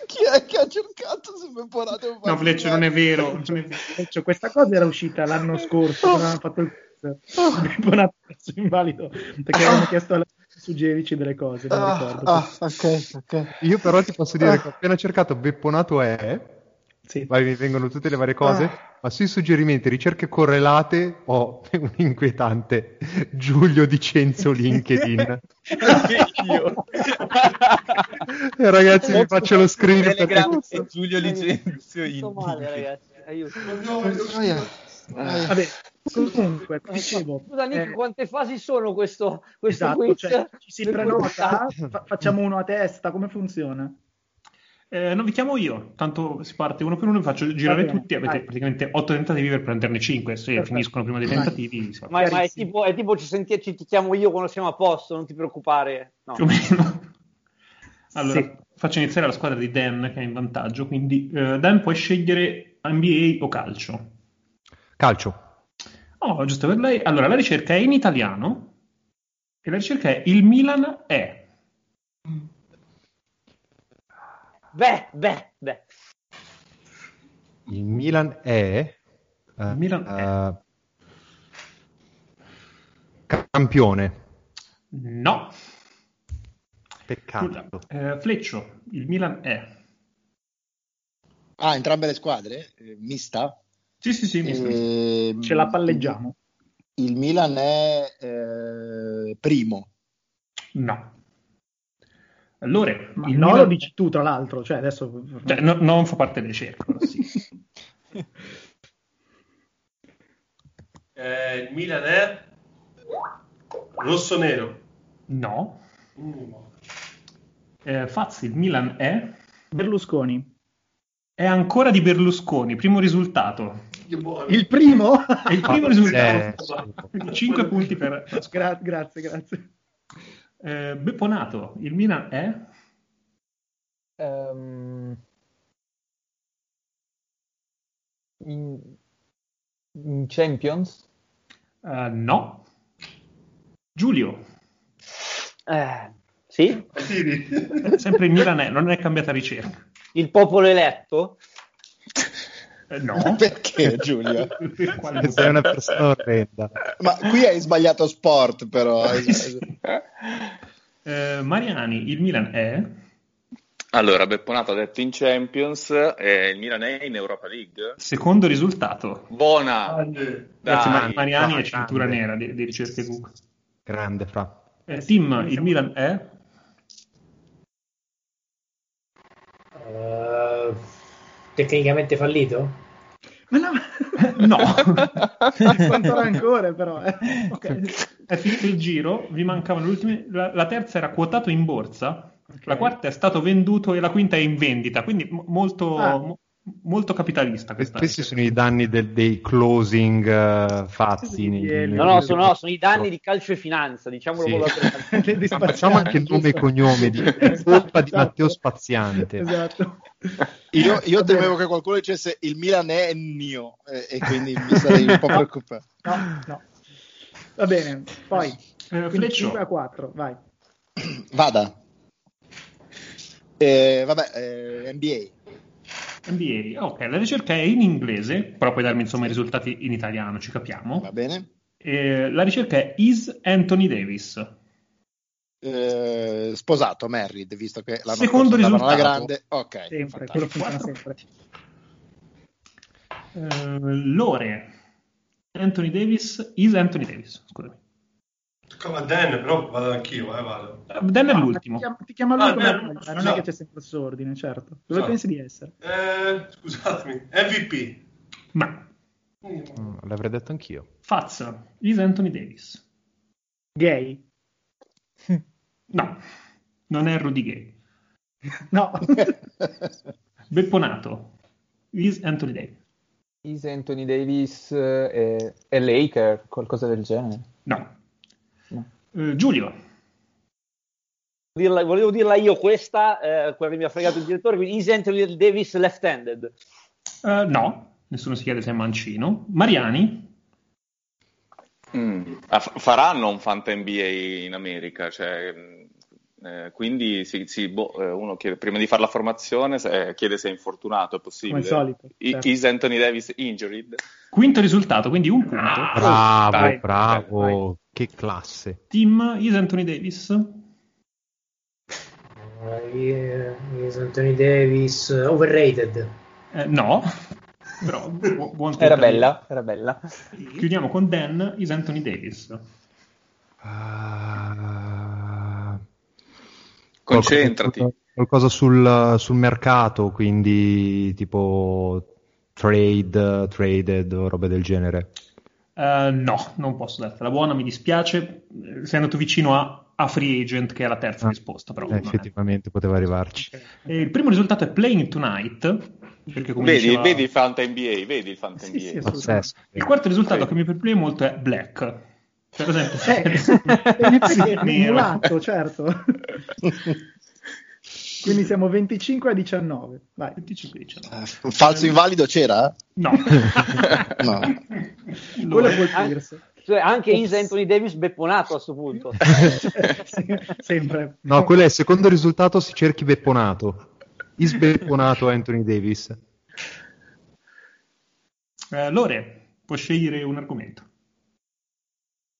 C: chi è che ha cercato se Bepponato è un falso
F: No, Fleccio, non è vero. Non è vero.
A: Cioè, questa cosa era uscita l'anno scorso, quando avevano fatto il quiz.
B: Oh.
A: Buon pezzo invalido, perché avevano chiesto alla suggerici delle cose, non
C: Ah,
A: ricordo.
C: ah, ok, ok.
D: Io però ti posso dire che ho appena cercato Bepponato è,
A: Sì.
D: poi mi vengono tutte le varie cose, ma sui suggerimenti, ricerche correlate, ho un inquietante Giulio Dicenzo LinkedIn.
E: Io.
D: E ragazzi, vi faccio lo screen perché
E: Telegram
D: questo-
E: e Giulio Licenzio.
B: Sto male, ragazzi. Aiuto.
A: Vabbè, comunque, dicevo,
B: Scusa, Nick,
A: eh,
B: quante fasi sono questo, questo
A: esatto,
B: quiz?
A: cioè, ci si
B: Per cui-
A: prenota, fa- facciamo uno a testa, come funziona?
F: Eh, non vi chiamo io, tanto si parte uno per uno, vi faccio girare
A: bene,
F: tutti, avete
A: vai.
F: praticamente 8 tentativi per prenderne 5, se
A: Perfetto.
F: finiscono prima dei
A: Vai.
F: tentativi si va.
B: Ma, ma è,
A: Chiarissimo.
B: tipo, è tipo ci, senti- ci ti chiamo io quando siamo a posto, non ti preoccupare. No.
F: più o meno. Allora,
A: Sì.
F: faccio iniziare la squadra di Dan che è in vantaggio, quindi eh, Dan puoi scegliere NBA o calcio.
D: Calcio.
F: Oh, giusto per lei. Allora, la ricerca è in italiano e la ricerca è il Milan è.
B: Beh, beh, beh.
D: Il Milan è... eh,
F: Milan è-
D: eh, Campione.
F: No.
D: Peccato.
F: Eh, Fleccio, il Milan è.
C: Ah, entrambe le squadre? Eh, mista?
F: Sì, sì, sì. mister.
C: Ehm,
A: Ce la palleggiamo.
C: Il Milan è eh, primo.
F: No. Allora, il
A: Mm. Ma no,
F: Milan...
A: lo dici tu, tra l'altro. Cioè, adesso...
F: Cioè, no- non fa parte del cercolo, sì.
G: Eh, il Milan è rosso-nero.
F: No.
G: Mm.
F: Eh, Fazzi, il Milan è...
A: Berlusconi.
F: È ancora di Berlusconi, primo risultato.
G: Che buono.
A: Il primo?
F: È il primo
G: Ah,
F: risultato.
G: sì.
F: 5 punti per...
A: Gra- grazie, grazie.
F: Eh, Bepponato, il Milan è...
E: Ehm, in, in Champions?
F: Eh, no. Giulio,
B: Eh, sì?
G: Tiri.
F: sempre il Milan è, non è cambiata ricerca.
B: Il popolo eletto?
F: Eh, no.
C: Perché, Giulio?
F: Per quale
D: Sei
F: motivo?
D: una persona orrenda.
C: Ma qui hai sbagliato sport, però.
F: Eh, Mariani, il Milan è...
I: Allora, Bepponato ha detto in Champions e il Milan è in Europa League.
F: Secondo risultato.
I: Buona!
F: Grazie
I: Dai.
F: Mar- Mariani
D: Dai,
F: è cintura
D: grande.
F: nera di, di ricerche Google.
D: Grande, fra.
F: Eh, Tim, il Milan è...
H: Eh, tecnicamente fallito?
A: Ma no,
F: No.
A: quanto rancore però. eh.
F: Ok, È finito il giro, vi mancavano le ultime. La, la terza era quotato in borsa, la quarta è stato venduto e la quinta è in vendita, quindi mo- molto,
A: Ah.
F: mo- molto capitalista
D: Questi
F: questa.
D: questi sono i danni del- dei closing eh,
A: Sì,
D: fatti. nei-
A: eh,
D: nei-
B: No, no, sono, no, sono i danni di calcio e finanza, diciamolo
D: Sì.
B: con la verità.
A: Dei
D: Ma facciamo
A: spazianti,
D: anche nome e
A: giusto?
D: cognome di colpa di
A: Esatto.
D: Matteo Spaziante.
A: Esatto.
C: Io, io
A: Va bene.
C: temevo che qualcuno dicesse il Milan è mio eh, e quindi mi sarei un po' preoccupato.
A: No, no. Va bene, poi
F: Eh,
A: quindi
F: Fleccio,
A: 5 a 4, vai.
C: Vada. Eh, vabbè, eh, NBA.
F: NBA. Ok, la ricerca è in inglese, però puoi darmi insomma i risultati in italiano, ci capiamo.
C: Va bene.
F: Eh, la ricerca è Is Anthony Davis.
C: Eh, sposato, married, visto che l'hanno
F: Secondo
C: la
F: risultato.
C: grande. Ok.
A: Sempre,
C: fantastico.
A: quello funziona sempre.
F: Eh, Lore, Anthony Davis, Is Anthony Davis, scusami.
G: Toccava a Dan, però vado anch'io, eh, vado.
F: Eh, Dan è
A: No,
F: l'ultimo. eh,
A: Ti chiama, ti chiama lui
G: Ah,
A: come
G: beh,
A: vuoi, ma non è
G: scusate.
A: che c'è sempre questo ordine, certo. Dove
F: Esatto.
G: Certo.
A: pensi di essere?
G: Eh, scusatemi, MVP.
F: Ma
G: Mm.
D: Mm, L'avrei detto anch'io.
F: Faz, Is Anthony Davis.
A: Gay?
F: No, non è Rudy Gay.
A: No.
F: Bepponato, is Anthony Davis.
E: Is Anthony Davis eh, e, e Laker, qualcosa del genere.
F: No.
E: No.
F: Eh, Giulio,
B: Dirla- volevo dirla io questa, eh, quella che mi ha fregato il direttore, quindi Is Anthony Davis left-handed?
F: Eh, no, nessuno si chiede se è mancino. Mariani,
I: Mm. Ah, fa- faranno un Fanta NBA in America, cioè, mm, eh, quindi sì, sì, boh, eh, uno chiede- prima di fare la formazione se- eh, chiede se è infortunato, è
A: Come
I: possibile.
A: al solito.
I: I-
A: certo.
I: Is Anthony Davis injured?
F: quinto risultato, quindi un punto.
D: Bravo,
I: dai,
D: bravo.
I: dai, dai.
D: Che classe.
F: Team, is Anthony Davis.
H: Eh, eh, Anthony Davis, eh, overrated.
F: Eh, no, però bu- buon
E: Era
F: tentativo.
E: bella, era bella.
F: Chiudiamo con Dan, is Anthony Davis.
D: Ah,
I: Concentrati.
D: Qualcosa, qualcosa sul, sul mercato, quindi tipo trade, traded o robe del genere.
F: Eh, no, non posso dartela buona, mi dispiace. Eh, Sei andato vicino a, a free agent, che è la terza
D: Ah,
F: risposta, però
D: Eh,
F: non è.
D: effettivamente poteva arrivarci.
F: Eh, il primo risultato è Playing Tonight. Perché come
I: Vedi,
F: diceva-
I: vedi il Fanta NBA, vedi il Fanta
A: Sì,
I: NBA.
A: sì,
D: Pazzesco.
F: Il quarto risultato che mi perplette molto è Black. Cioè, Per esempio,
A: Eh, in effetti è
F: nero.
A: mulatto, certo. Quindi siamo 25 a 19. Vai.
F: 25 diciamo.
C: Un falso invalido c'era?
F: No,
C: No.
A: Quello
F: Allora,
A: è Paul Pierce.
B: Cioè, anche Is Anthony Davis bepponato a questo punto.
A: Sì, Sempre.
D: No, quello è il secondo risultato se cerchi Bepponato. Isbepponato Anthony Davis.
F: Eh, Lore, puoi scegliere un argomento.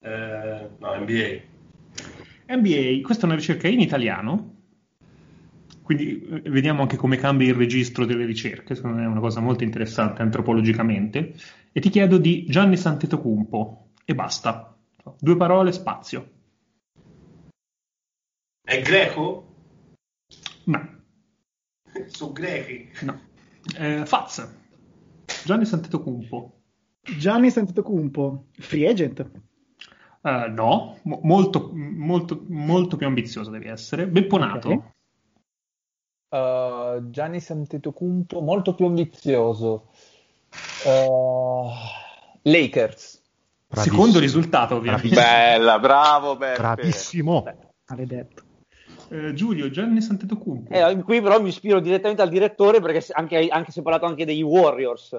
G: Eh, no, NBA.
F: NBA, questa è una ricerca in italiano, quindi eh, vediamo anche come cambia il registro delle ricerche, secondo me è una cosa molto interessante antropologicamente, e ti chiedo di Gianni Santetocumpo, e basta, due parole, spazio.
G: È greco?
F: No,
G: Sono grechi.
F: no. Eh, Faz, Gianni Santetocumpo,
A: Gianni Santetocumpo, free agent.
F: Eh, no, mo- molto, molto, molto più ambizioso devi essere, Bepponato,
A: Ok.
E: Uh, Gianni Santetocumpo, molto più ambizioso. Uh, Lakers.
D: Bravissimo.
F: secondo risultato ovviamente.
I: Bella, bravo Beppe.
D: Bravissimo.
A: Maledetto.
F: Eh, Giulio, Gianni Santetocumpo.
B: Eh, qui però mi ispiro direttamente al direttore perché se- anche, anche se ho parlato anche degli Warriors,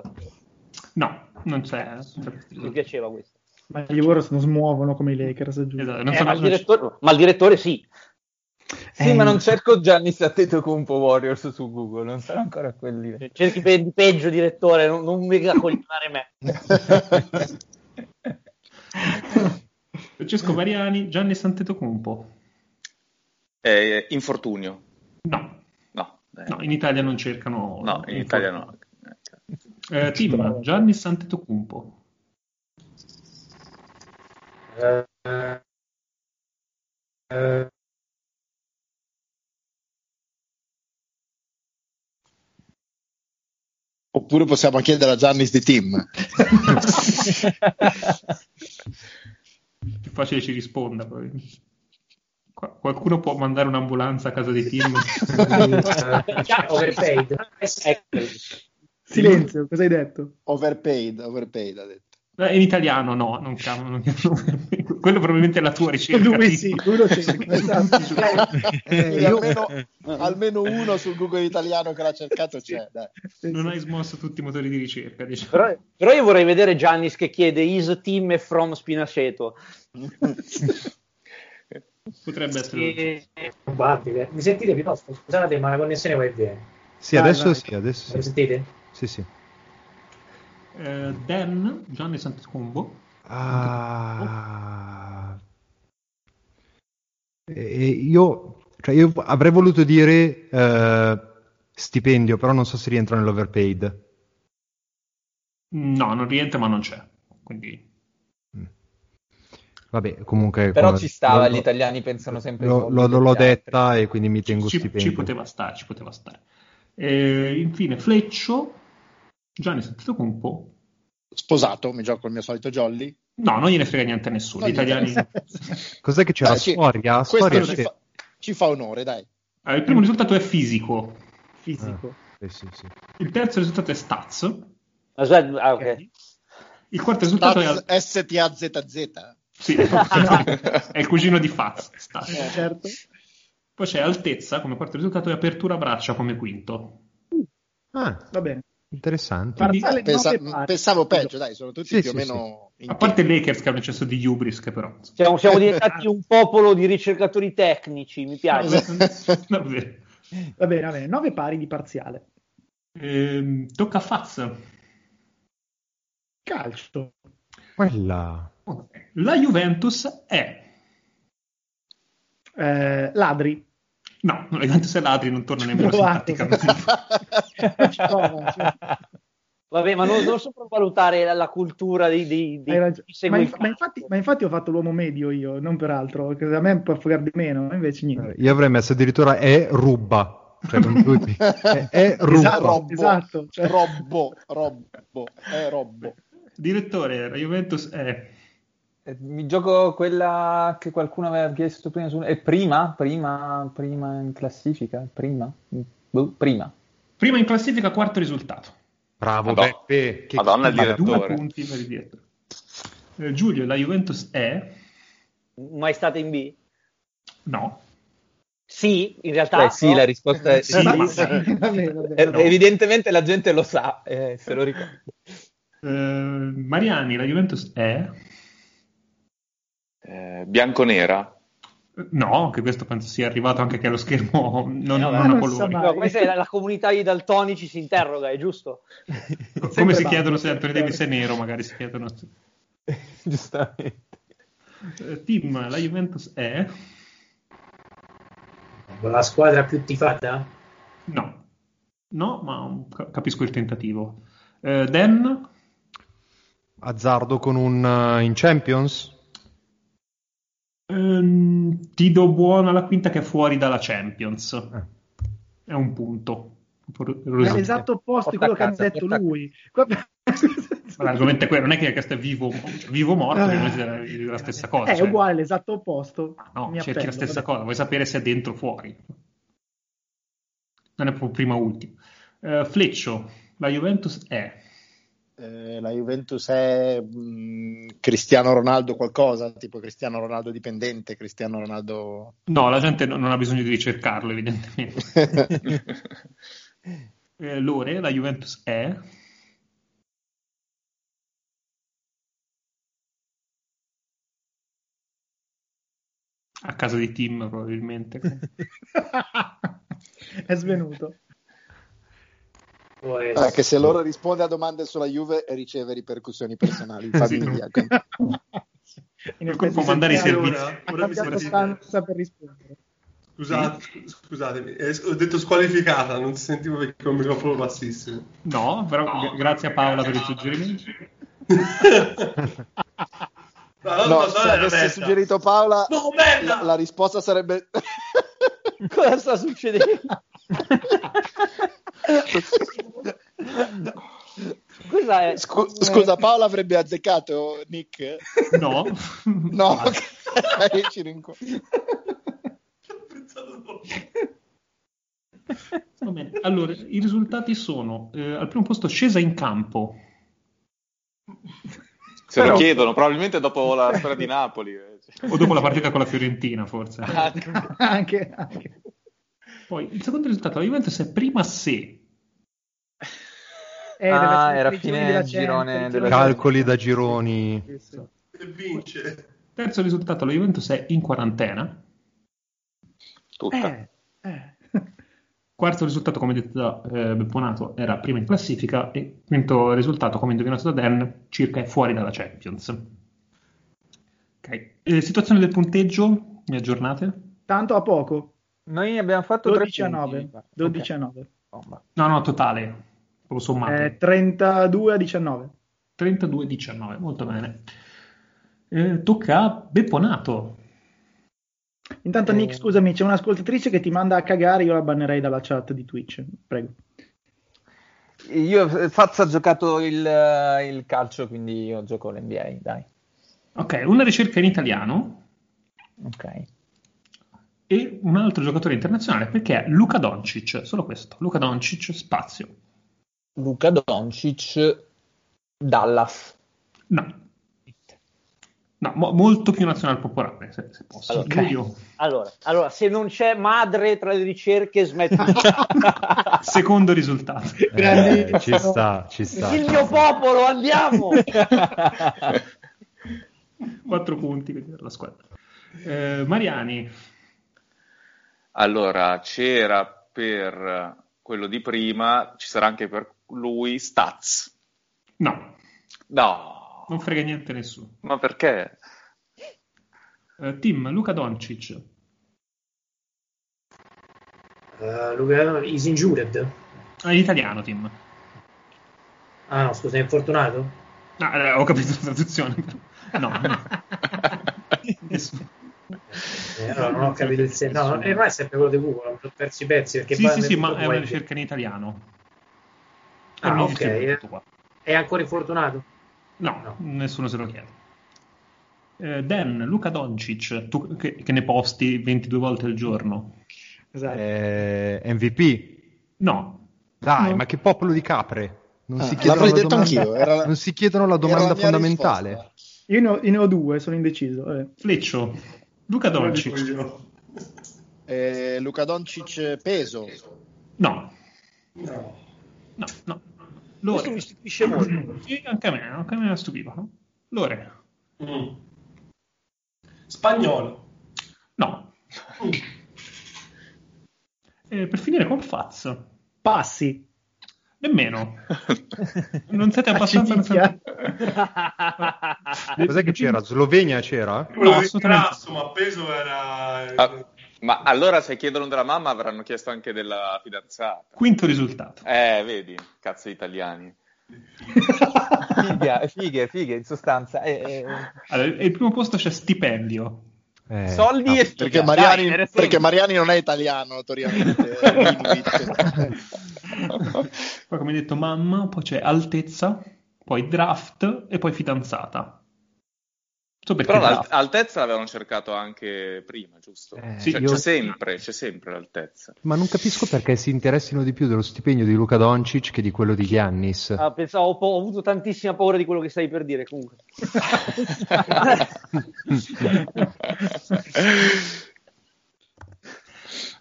F: No, non c'è. non
B: mi
F: c'è-
B: piaceva questo.
A: Ma gli Warriors non smuovono come i Lakers, giusto?
F: Esatto, non
B: Eh,
F: so-
B: ma, il
F: non c'è-
B: direttore, ma il direttore sì,
E: Sì,
A: Eh,
E: ma non cerco Gianni Santetocumpo Warriors su Google, non sarà ancora quelli.
I: Eh.
B: cerchi pe- di peggio direttore, non, non mica collinare me.
F: Francesco Mariani, Gianni Santetocumpo.
I: Eh, infortunio.
F: No,
I: No, eh,
F: no, in Italia non cercano.
I: no, in Italia no.
F: Eh, Tim, Gianni Santetocumpo.
H: Eh, eh,
C: Oppure possiamo chiedere a Giannis di Tim.
F: Più facile ci risponda. poi. Qua- Qualcuno può mandare un'ambulanza a casa di Tim?
A: Eh,
H: overpaid.
A: Silenzio, cosa hai detto?
C: Overpaid, overpaid ha detto.
F: Eh, in italiano no, non cavo- non- Quello probabilmente è la tua ricerca.
A: Lui
F: Tim.
A: sì, lui lo cerca. esatto.
C: Quindi
D: io-
C: Eh, almeno, almeno uno sul Google italiano che l'ha cercato c'è. dai.
A: Sì,
F: Non
A: sì.
F: hai smosso tutti i motori di ricerca. Diciamo.
B: Però, però io vorrei vedere Giannis che chiede is team e from Spinaceto.
F: Potrebbe essere.
B: E-
H: eh, Probabile. Mi sentite piuttosto? Scusate, ma la connessione va e viene.
D: Sì,
A: Vai,
D: adesso
A: vai.
D: sì, adesso
H: Mi
D: sì.
H: sentite?
D: Sì, sì.
F: Eh, Dan, Gianni Santetocumpo.
D: Ah. E- e io, cioè io avrei voluto dire eh, stipendio, però non so se rientra nell'overpaid.
F: No, non rientra, ma non c'è. Quindi
D: Vabbè, comunque.
E: Però
D: come-
E: ci stava,
D: lo-
E: gli italiani pensano sempre ai
D: lo-
E: soldi
D: lo-
E: degli
D: l'ho
E: altri.
D: detta e quindi mi tengo
F: ci,
D: stipendio.
F: ci poteva stare, ci poteva stare. Eh, infine, Fleccio, Gianni Santetocumpo.
C: Sposato, mi gioco il mio solito jolly.
F: No, non gliene frega niente a nessuno.
C: Non
F: Gli
C: gli
F: italiani.
D: Cos'è che c'era?
C: Dai, ci-
D: Cioè, storia?
C: questo
D: Storia
C: ci,
D: c'è- Ah.
C: fa, ci fa onore, dai.
F: Eh, il primo risultato è fisico,
A: Fisico.
D: Eh, sì, sì.
F: il terzo risultato è Staz,
B: Ah, scusa, ah, ok.
F: il quarto risultato è, al-
C: Taz- STAZZ.
F: sì, è il cugino di Faz. Staz.
A: Eh, certo.
F: Poi c'è altezza come quarto risultato e apertura braccia come quinto.
D: Ah,
A: Va bene.
D: interessante.
F: Quindi-
A: Parziale
C: Pensa-
A: nove pari.
C: pensavo peggio, dai, sono tutti
D: Sì,
C: più o
D: sì,
C: meno in
F: A parte i Lakers che hanno eccesso di Hubris, che però...
B: Siamo, siamo diventati un popolo di ricercatori tecnici, mi
A: Esatto.
B: piace.
F: Davvero.
A: Va bene, va bene. 9 pari di parziale.
F: Ehm, tocca a Faz.
A: Calcio.
D: Quella.
F: Oh, eh, La Juventus è...
A: Eh, ladri.
F: No, la Juventus è ladri, non torna nemmeno
A: Provato.
F: simpaticamente.
A: Ci provo, cioè.
B: Vabbè, ma non, non sopravvalutare la, la cultura di, di, di
A: Hai ragione.
B: chi segue
A: Ma,
B: il
A: inf-
B: calcio.
A: ma infatti, ma infatti ho fatto l'uomo medio io, non per altro, che a me può fregar di meno, invece niente.
D: Eh, Io avrei messo addirittura è rubba. Cioè, con tutti- è, è rubba.
C: Esatto, robbo,
A: Esatto, cioè-
C: robbo, robbo, è robbo.
F: Direttore, la Juventus è...
E: Eh, Mi gioco quella che qualcuno aveva chiesto prima. Su... È prima? Prima? Prima in classifica? Prima? Boh, prima.
F: Prima in classifica, quarto risultato.
D: Bravo
I: Madonna.
D: Beppe. Che-
I: Madonna, il
D: guarda,
I: direttore.
F: Due punti per il dietro. Eh, Giulio, la Juventus è...
B: Mai stata in B?
F: No.
B: Sì, in realtà.
E: Beh, Eh, sì,
B: no?
E: la risposta è
F: Sì,
E: sì.
F: ma-
A: Va bene, va bene.
E: Eh, Evidentemente la gente lo sa, eh, se lo ricorda.
F: Eh, Mariani, la Juventus è...
I: Eh, bianconera.
F: No, che questo penso sia arrivato anche che allo schermo non,
A: vabbè,
F: non ha
A: non si
F: colori.
A: sa
B: No, questa è la, la comunità di daltonici si interroga, è giusto?
F: Co- Come
A: Sempre
F: si
A: va.
F: chiedono se Anthony Davis è nero, magari si chiedono.
E: Giustamente.
F: Eh, Tim, la Juventus è?
H: La squadra più tifata?
F: No, no, ma um, ca- capisco il tentativo. Eh, Dan?
D: Azzardo con un eh, in Champions?
F: Ehm, ti do buona la quinta che è fuori dalla Champions.
D: Eh.
F: È un punto. Ro-
A: È
F: Rosicchio.
A: l'esatto Esatto, opposto di quello che ha
E: Attaccato,
A: detto
E: attaccato.
A: lui. Qua-
F: Ma L'argomento è quello, non è che questo è vivo, cioè, vivo o morto, ovviamente è la stessa cosa.
A: Eh. È
F: cioè,
A: uguale, l'esatto opposto.
F: No,
A: Mi
F: cerchi
A: appello,
F: la stessa
A: vabbè.
F: cosa, vuoi sapere se è dentro o fuori. Non è proprio prima o ultimo. Eh, Fleccio, la Juventus è...
C: Eh, la Juventus è mh, Cristiano Ronaldo qualcosa, tipo Cristiano Ronaldo dipendente, Cristiano Ronaldo...
F: No, la gente no- non ha bisogno di ricercarlo, evidentemente. Eh, Lore, la Juventus è... A casa di Tim, probabilmente.
A: è svenuto.
H: Può essere.
C: Guarda che se loro risponde a domande sulla Juve riceve ripercussioni personali in famiglia.
F: Sì.
A: In
F: Il
A: effetti
F: corpo
A: si
F: mandare i
A: sente-
F: servizi.
G: Allora,
A: Ha
G: ora mi
A: cambiato
G: sentite?
A: stanza per rispondere.
G: Scusate, scusatemi, eh, ho detto squalificata, non si sentivo perché ho il microfono bassissimo.
F: No, però gra- grazie a Paola per il suggerimento.
G: No, la
C: No,
G: domanda
C: se
G: era
C: avessi
G: merda.
C: suggerito Paola,
G: No, merda!
C: la, la risposta sarebbe...
B: Cosa sta succedendo? Questa
A: Eh,
B: è...
C: Scu- scusa, Paola avrebbe azzeccato Nick?
F: No.
C: No,
I: Ah.
C: ok, ci rincu-
F: Va bene. Allora, i risultati sono eh, al primo posto scesa in campo.
I: Se lo chiedono, probabilmente dopo la storia di Napoli. eh.
F: O dopo la partita con la Fiorentina, forse.
A: anche, anche.
F: Poi il secondo risultato, la Juventus è prima se.
A: Eh, deve
E: Ah,
A: essere
E: era
A: il girone
E: fine
A: della
E: girone
A: Champions,
E: della-
A: girone-
D: Calcoli da gironi.
A: Sì, sì.
G: E vince.
F: Terzo risultato, la Juventus è in quarantena.
I: Tutta.
A: Eh, eh.
F: Quarto risultato, come detto da eh, Bepponato, era prima in classifica. E quinto risultato, come indovinato da Dan, circa è fuori dalla Champions. Ok. Eh, situazione del punteggio, mi aggiornate?
A: Tanto a poco.
E: Noi abbiamo fatto
A: 12
E: 13
A: a 9. 12 a 9.
F: No, no, totale. Lo sommato.
A: Eh, 32 a 19.
F: 32-19, molto bene. Eh, tocca a Bepponato.
A: Intanto, Nick,
E: Eh.
A: scusami, c'è un'ascoltatrice che ti manda a cagare. Io la bannerei dalla chat di Twitch. Prego.
E: Io, eh, Fazza ha giocato il, eh, il calcio, quindi io gioco l'NBA, dai.
F: Ok, una ricerca in italiano
E: Ok.
F: e un altro giocatore internazionale perché è Luca Doncic, solo questo. Luca Doncic, spazio.
E: Luca Doncic, Dallas.
F: No. No, mo- molto più nazionale popolare, se, se posso.
B: Allora,
F: Io-
B: Allora, allora, se non c'è madre tra le ricerche, smetti.
F: Secondo risultato.
D: Eh, ci sta, ci sta.
B: Il mio popolo, andiamo!
F: 4 punti quindi, per la squadra. Eh, Mariani,
I: Allora, c'era per quello di prima, ci sarà anche per lui Staz.
F: no,
I: No,
F: non frega niente a nessuno.
I: ma perché?
F: Eh, Tim, Luca Doncic.
H: Eh, Luca is injured.
F: Ah, italiano, Tim.
H: Ah no, scusa, è infortunato?
F: No, eh, ho capito la traduzione. però. No, no. Nessuno.
H: Eh, allora non ho capito il senso. No, non- eh, ma è sempre quello di Google, ho perso i pezzi perché
F: sì,
H: va-
F: sì, sì, ma è una
H: Wilde.
F: ricerca in italiano.
H: Ah,
F: Non
H: ok,
F: esiste
H: eh.
F: tutto qua.
H: È ancora infortunato?
F: No,
H: No.
F: nessuno se lo chiede. Eh, Dan, Luca Doncic, tu che, che ne posti 22 volte al giorno?
A: Esatto.
D: Eh, MVP.
F: No,
D: Dai,
A: No.
D: ma che popolo di capre. Non,
C: Ah,
D: si, chiedono
C: l'avrei
D: la
C: detto
D: domanda,
C: anch'io, era-
D: non si chiedono la
C: Era
D: domanda
C: la mia
D: fondamentale.
C: risposta.
A: Io ne ho, io ne ho due, sono indeciso. eh. vabbè.
F: Fleccio, Luca
G: Lo dico
F: Doncic.
G: io.
C: Eh, Luca Doncic peso.
F: No,
G: No.
F: no, no.
B: Questo mi
F: Lore,
B: stupisce molto.
F: Sì, anche a me, anche a me stupiva. no? Lore,
G: Mm. Spagnolo.
F: no, Eh, per finire col Faz,
A: Passi.
F: nemmeno. Non siete abbastanza...
A: Accidicchia.
F: Ah,
D: Cos'è che c'era? Slovenia c'era?
G: Quello di
F: assolutamente.
G: grasso, ma peso era...
I: Ah, ma allora se chiedono della mamma avranno chiesto anche della fidanzata.
F: Quinto risultato.
I: Eh, vedi, cazzo di italiani.
E: Figa, fighe, fighe, in sostanza. Eh, eh,
F: Allora, il primo posto c'è stipendio.
D: Eh,
E: soldi
D: cazzo.
E: e figa.
C: Perché Mariani,
E: dai, per esempio.
C: perché Mariani non è italiano, eh, notoriamente. è inuit.
F: Poi come detto mamma, poi c'è altezza, poi draft e poi fidanzata. Non so perché
I: Però l'al-
F: draft.
I: l'altezza l'avevano cercato anche prima, giusto?
D: Eh,
I: Cioè,
D: sì,
I: C'è
D: io-
I: sempre, c'è sempre l'altezza.
D: Ma non capisco perché si interessino di più dello stipendio di Luca Doncic che di quello di Giannis.
B: Ah, pensavo, ho, po- ho avuto tantissima paura di quello che stai per dire comunque.
D: Mm.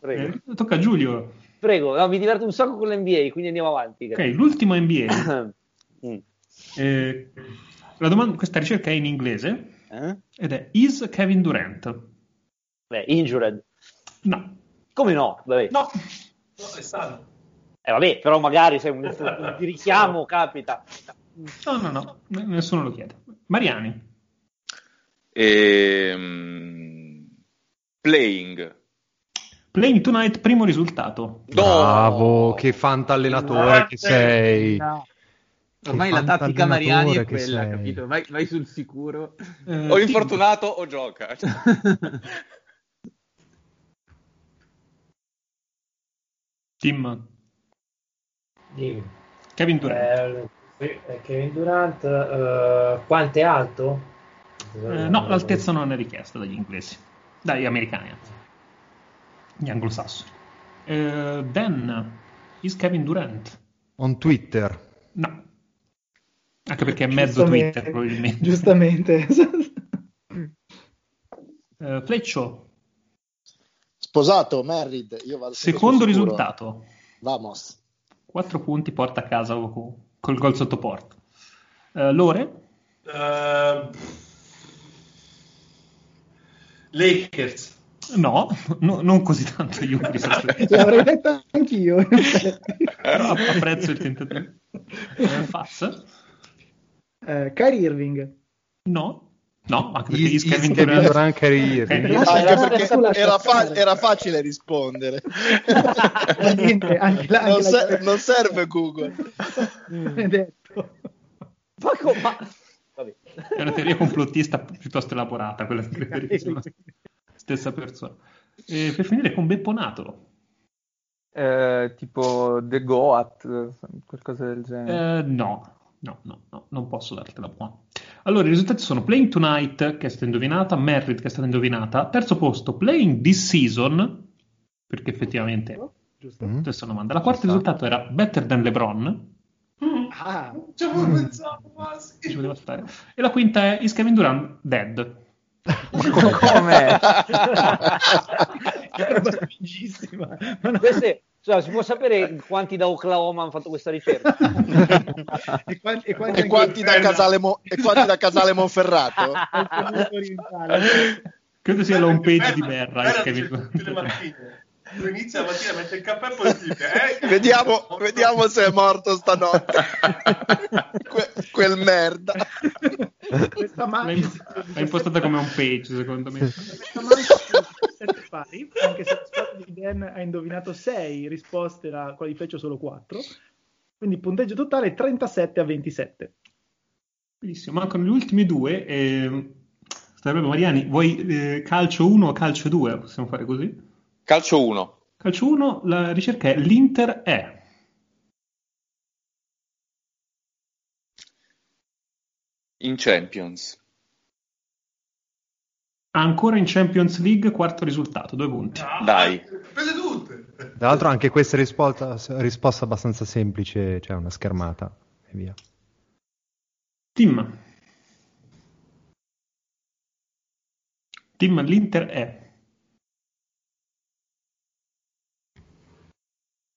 B: Prego,
F: Eh, tocca a Giulio.
B: prego. No, mi diverto un sacco con l'NBA, quindi andiamo avanti.
F: Ok, l'ultimo NBA.
B: Mm.
F: Eh, la domanda- questa ricerca è in inglese
B: Eh?
F: ed è Is Kevin Durant?
B: Beh, injured.
F: No,
B: Come no? Vabbè.
F: no,
G: No, è sano.
B: Eh, vabbè, però magari se un, un richiamo capita.
F: no, no, no, n- nessuno lo chiede. Mariani,
I: Ehm, playing.
F: playing tonight, primo risultato.
I: No!
D: Bravo, che fantallenatore che sei.
E: No.
D: Che
E: Ormai la tattica
D: fantallenatore
E: Mariani è
D: che
E: quella,
D: sei.
E: capito? Vai, vai sul sicuro.
F: Eh,
I: O
F: Tim,
I: infortunato o gioca.
F: Tim,
H: Dimmi.
F: Kevin Durant.
H: Eh, eh, Kevin Durant, eh, quanto è alto?
F: Eh, no, l'altezza non è richiesta dagli inglesi, dagli americani, anzi. gli anglosassoni. Eh, Dan, is Kevin Durant?
D: On Twitter.
F: No, anche perché è mezzo
A: Giustamente.
F: Twitter probabilmente.
A: Giustamente.
F: Eh, Fleccio,
C: Sposato, married. Io vado sempre
F: secondo
C: sul sicuro.
F: risultato,
C: Vamos.
F: 4 punti porta a casa Goku, col gol sotto porta. Eh, Lore,
G: Eh, Lakers.
F: no, no, non così tanto io mi sospetto.
A: L'avrei detta anch'io. in effetti.
F: però apprezzo il tentativo. Eh, Faz,
A: Eh, Kyrie Irving.
F: no, no, anche perché
D: Is
F: is Kevin
D: Kevin
F: Durant...
D: Durant che
F: Eh,
D: ride.
A: Lascia
C: Anche
A: stare,
C: perché
A: tu lascia
C: era, fa-
A: stare.
C: era facile rispondere.
A: Ma niente, anche la- anche
C: non,
A: la-
C: ser- non serve Google.
A: Benedetto.
B: Ma, co- ma... Vabbè.
F: È una teoria complottista piuttosto elaborata, quella di credere che sono la stessa persona. Eh, per finire con Bepponato,
E: Eh, tipo The Goat, qualcosa del genere.
F: Eh, no, no, no, no, non posso dartela buona. Allora, i risultati sono Playing Tonight, che è stata indovinata, Merritt, che è stata indovinata, terzo posto Playing This Season, perché effettivamente è
A: Giusto?
D: Mm.
F: la stessa domanda. La quarta risultato era Better Than LeBron,
G: Mm,
A: Ah,
G: ci avevo pensato quasi.
F: ci poteva stare, e la quinta è Is Kevin Durant Dead.
E: Ma come?
A: roba figissima. Ma no,
B: Queste- cioè, si può sapere quanti da Oklahoma hanno fatto questa ricerca?
A: e quanti, e quanti
C: E quanti da Casale, Mo- e quanti da Casale Monferrato?
A: anche nel mondo orientale.
F: Credo sia la home page di Berra. Is Kevin
G: c'è tutte le
F: Durant.
G: mattine. Lo inizia la mattina, mette il cappello e poi dice, eh,
C: Vediamo, vediamo se è morto stanotte. Que- quel merda.
A: Questa
F: L'ha
A: mancia
F: imp- l'ha impostata come home page, secondo me.
A: questa mancia sono 17 pari, anche se la squadra di Dan ha indovinato 6 risposte, la quella di Fleccio solo 4. Quindi punteggio totale 37 a 27.
F: Benissimo, mancano gli ultimi due. eh, Sarebbe Mariani, vuoi eh, calcio 1 o calcio 2? Possiamo fare così?
I: Calcio 1.
F: Calcio 1, la ricerca è l'Inter è.
I: In Champions.
F: Ancora in Champions League, quarto risultato, due punti.
G: Ah,
I: Dai.
G: Prese tutte.
D: Tra l'altro anche questa risposta, risposta abbastanza semplice, cioè una schermata e via.
F: Tim. Tim, l'Inter è.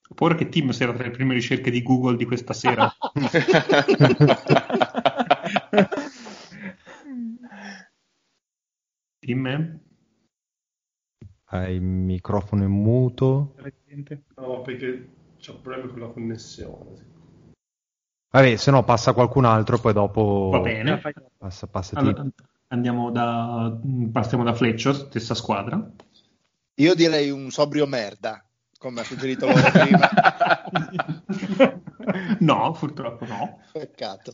F: Ho paura che Tim sarà tra le prime ricerche di Google di questa sera. Tim, eh?
D: Hai il microfono in muto.
A: presente.
G: No, perché c'ho problemi con la connessione.
D: Vabbè, se no passa qualcun altro, poi dopo
F: Va
A: eh,
F: bene.
D: passa, passa
F: Allora,
D: Tito.
F: andiamo da, partiamo da Fleccio, stessa squadra.
C: Io direi un sobrio merda, come ha suggerito loro prima.
F: no, purtroppo no.
C: Peccato.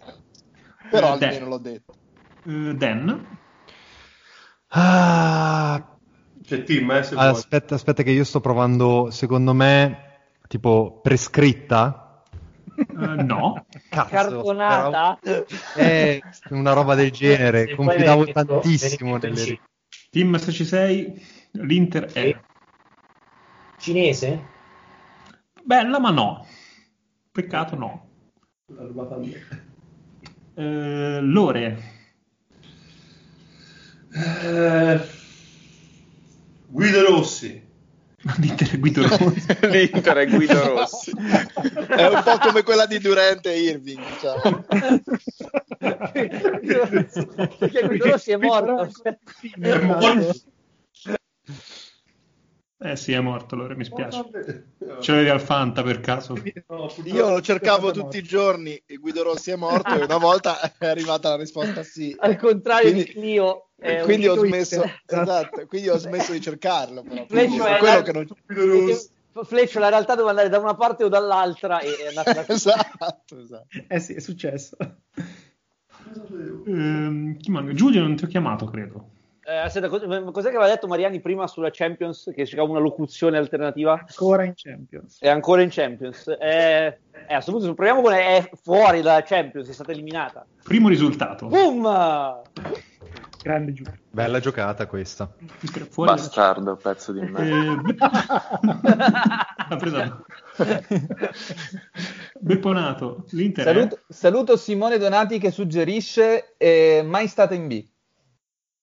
C: Però
F: Dai.
C: almeno l'ho detto.
F: Eh, Dan,
D: Ah,
G: Cioè, Tim, eh, se vuoi.
D: Aspetta, aspetta, che io sto provando, secondo me, tipo prescritta.
F: Eh, no.
D: Cazzo,
B: Cartonata? Eh,
D: È una roba del genere.
H: Eh, Se poi
D: Confidavo
H: verifico-
D: tantissimo
H: verifico il
D: nelle.
F: Tim, se ci sei, l'Inter è
H: cin- Cinese?
F: bella, ma no. Peccato, no.
G: L'ha rubata a me.
F: Eh, Lore,
G: Eh, Guido Rossi.
F: l'Inter è Guido Rossi.
I: L'Inter è Guido Rossi.
C: È un po' come quella di Durante e Irving, diciamo.
B: Perché Guido Rossi è morto.
G: È morto.
F: Eh sì, è morto Lore, mi spiace. Ce l'avevi al Fanta per caso?
G: No, purtroppo-
C: Io lo cercavo tutti i giorni, e Guido Rossi è morto e una volta è arrivata la risposta sì.
B: Al contrario di
C: Quindi-
B: Clio. è un-
C: quindi ho
A: Guido
C: smesso,
A: Inter.
C: esatto, quindi ho smesso di cercarlo. Però.
B: Flash
C: Quindi
B: è
C: per quello
B: la-
C: che non...
G: Guido Rossi.
B: Fleccio, la realtà doveva andare da una parte o dall'altra e è andata da
C: esatto, esatto.
A: Eh sì, è successo.
F: Ehm, chi manca? Giulio non ti ho chiamato, credo.
B: Eh, aspetta, cos- cos'è che aveva detto Mariani prima sulla Champions? Che cercava una locuzione alternativa?
A: Ancora in Champions.
B: È ancora in Champions. Eh, eh, a questo punto proviamo con è fuori dalla Champions, è stata eliminata.
F: Primo risultato.
I: Uh!
B: Boom!
A: Grande Giulio.
D: Bella giocata questa.
I: Eh,
F: Fuori-
I: Bastardo, pezzo di me.
F: Eh, L'ha presa. Bepponato, l'Inter è-
E: Saluto, saluto Simone Donati che suggerisce eh, mai stata in B.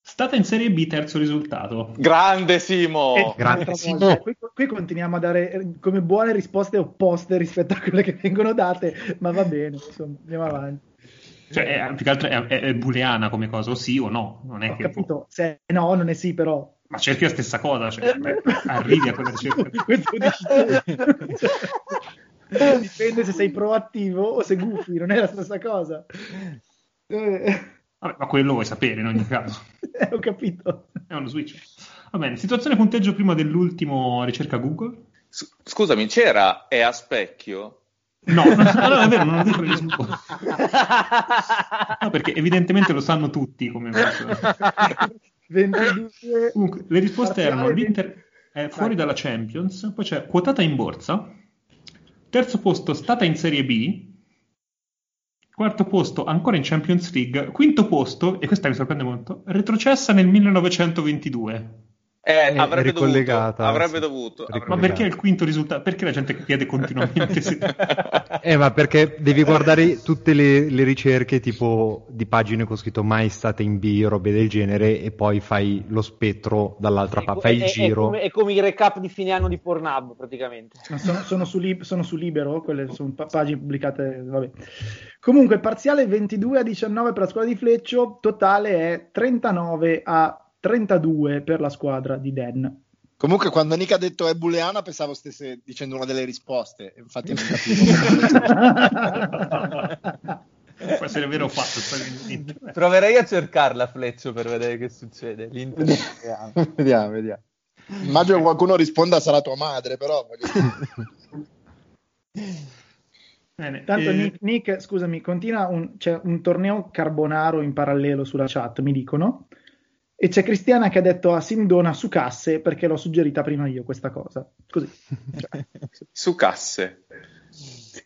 F: stata in Serie B, terzo risultato.
I: Grande Simo!
F: Oh.
A: Eh,
D: grande
A: un'altra
D: Simo.
A: volta. Qui, qui continuiamo a dare eh, come buone risposte opposte rispetto a quelle che vengono date, ma va bene, insomma, andiamo avanti.
F: Cioè, è- più che altro è, è- è booleana come cosa, o sì o no. Non è
A: Eh. Ho
F: che,
A: capito, Eh. se no, non è sì, però.
F: Ma cerchi la stessa cosa, cioè, beh, arrivi a quella ricerca.
A: Questo dici tu. Cioè, Dipende se sei proattivo o se gufi, non è la stessa cosa. Eh,
F: Vabbè, ma quello vuoi sapere in ogni caso.
A: eh, ho capito.
F: È uno switch. Va bene, situazione punteggio prima dell'ultimo ricerca Google.
I: S- Scusami, c'era è a specchio?
F: No, allora è vero, non lo dico le risposte. No, perché evidentemente lo sanno tutti come funziona.
A: 22
F: Comunque, le risposte
A: Parziale
F: erano
A: di-
F: l'Inter è fuori
A: Vai.
F: dalla Champions, poi c'è quotata in borsa, terzo posto stata in Serie B, quarto posto ancora in Champions League, quinto posto, e questa mi sorprende molto, retrocessa nel 1922.
I: Eh, avrebbe dovuto,
D: ricollegata,
I: avrebbe
D: sì.
I: dovuto. avrebbe-
F: Ma
D: Ricollegata.
F: perché il quinto risultato? Perché la gente chiede continuamente se...
D: Eh, ma perché devi guardare tutte le, le ricerche tipo di pagine con scritto mai state in B, robe del genere, e poi fai lo spettro dall'altra parte, fai il
B: È- è- È
D: giro.
B: come, è come i recap di fine anno di Pornhub, praticamente.
A: Ma sono, sono su Lib- sono su Libero, quelle sono pa- pagine pubblicate. Vabbè. Comunque, parziale 22 a 19 per la squadra di Fleccio, totale è 39 a 32 per la squadra di Dan.
C: Comunque, quando Nick ha detto è booleana, pensavo stesse dicendo una delle risposte. Infatti, non capivo.
F: Può essere vero o falso, sta in- in-
E: Proverei a cercarla, Fleccio, per vedere che succede. L'Inter.
C: vediamo, vediamo. Immagino qualcuno risponda sarà tua madre, però. voglio dire.
F: Bene,
A: Tanto
F: eh,
A: Nick, Nick, scusami, continua un, c'è un torneo carbonaro in parallelo sulla chat, mi dicono. E c'è Cristiana che ha detto "Ah, a Simdona su casse perché l'ho suggerita prima io questa cosa. Così.
I: Su casse.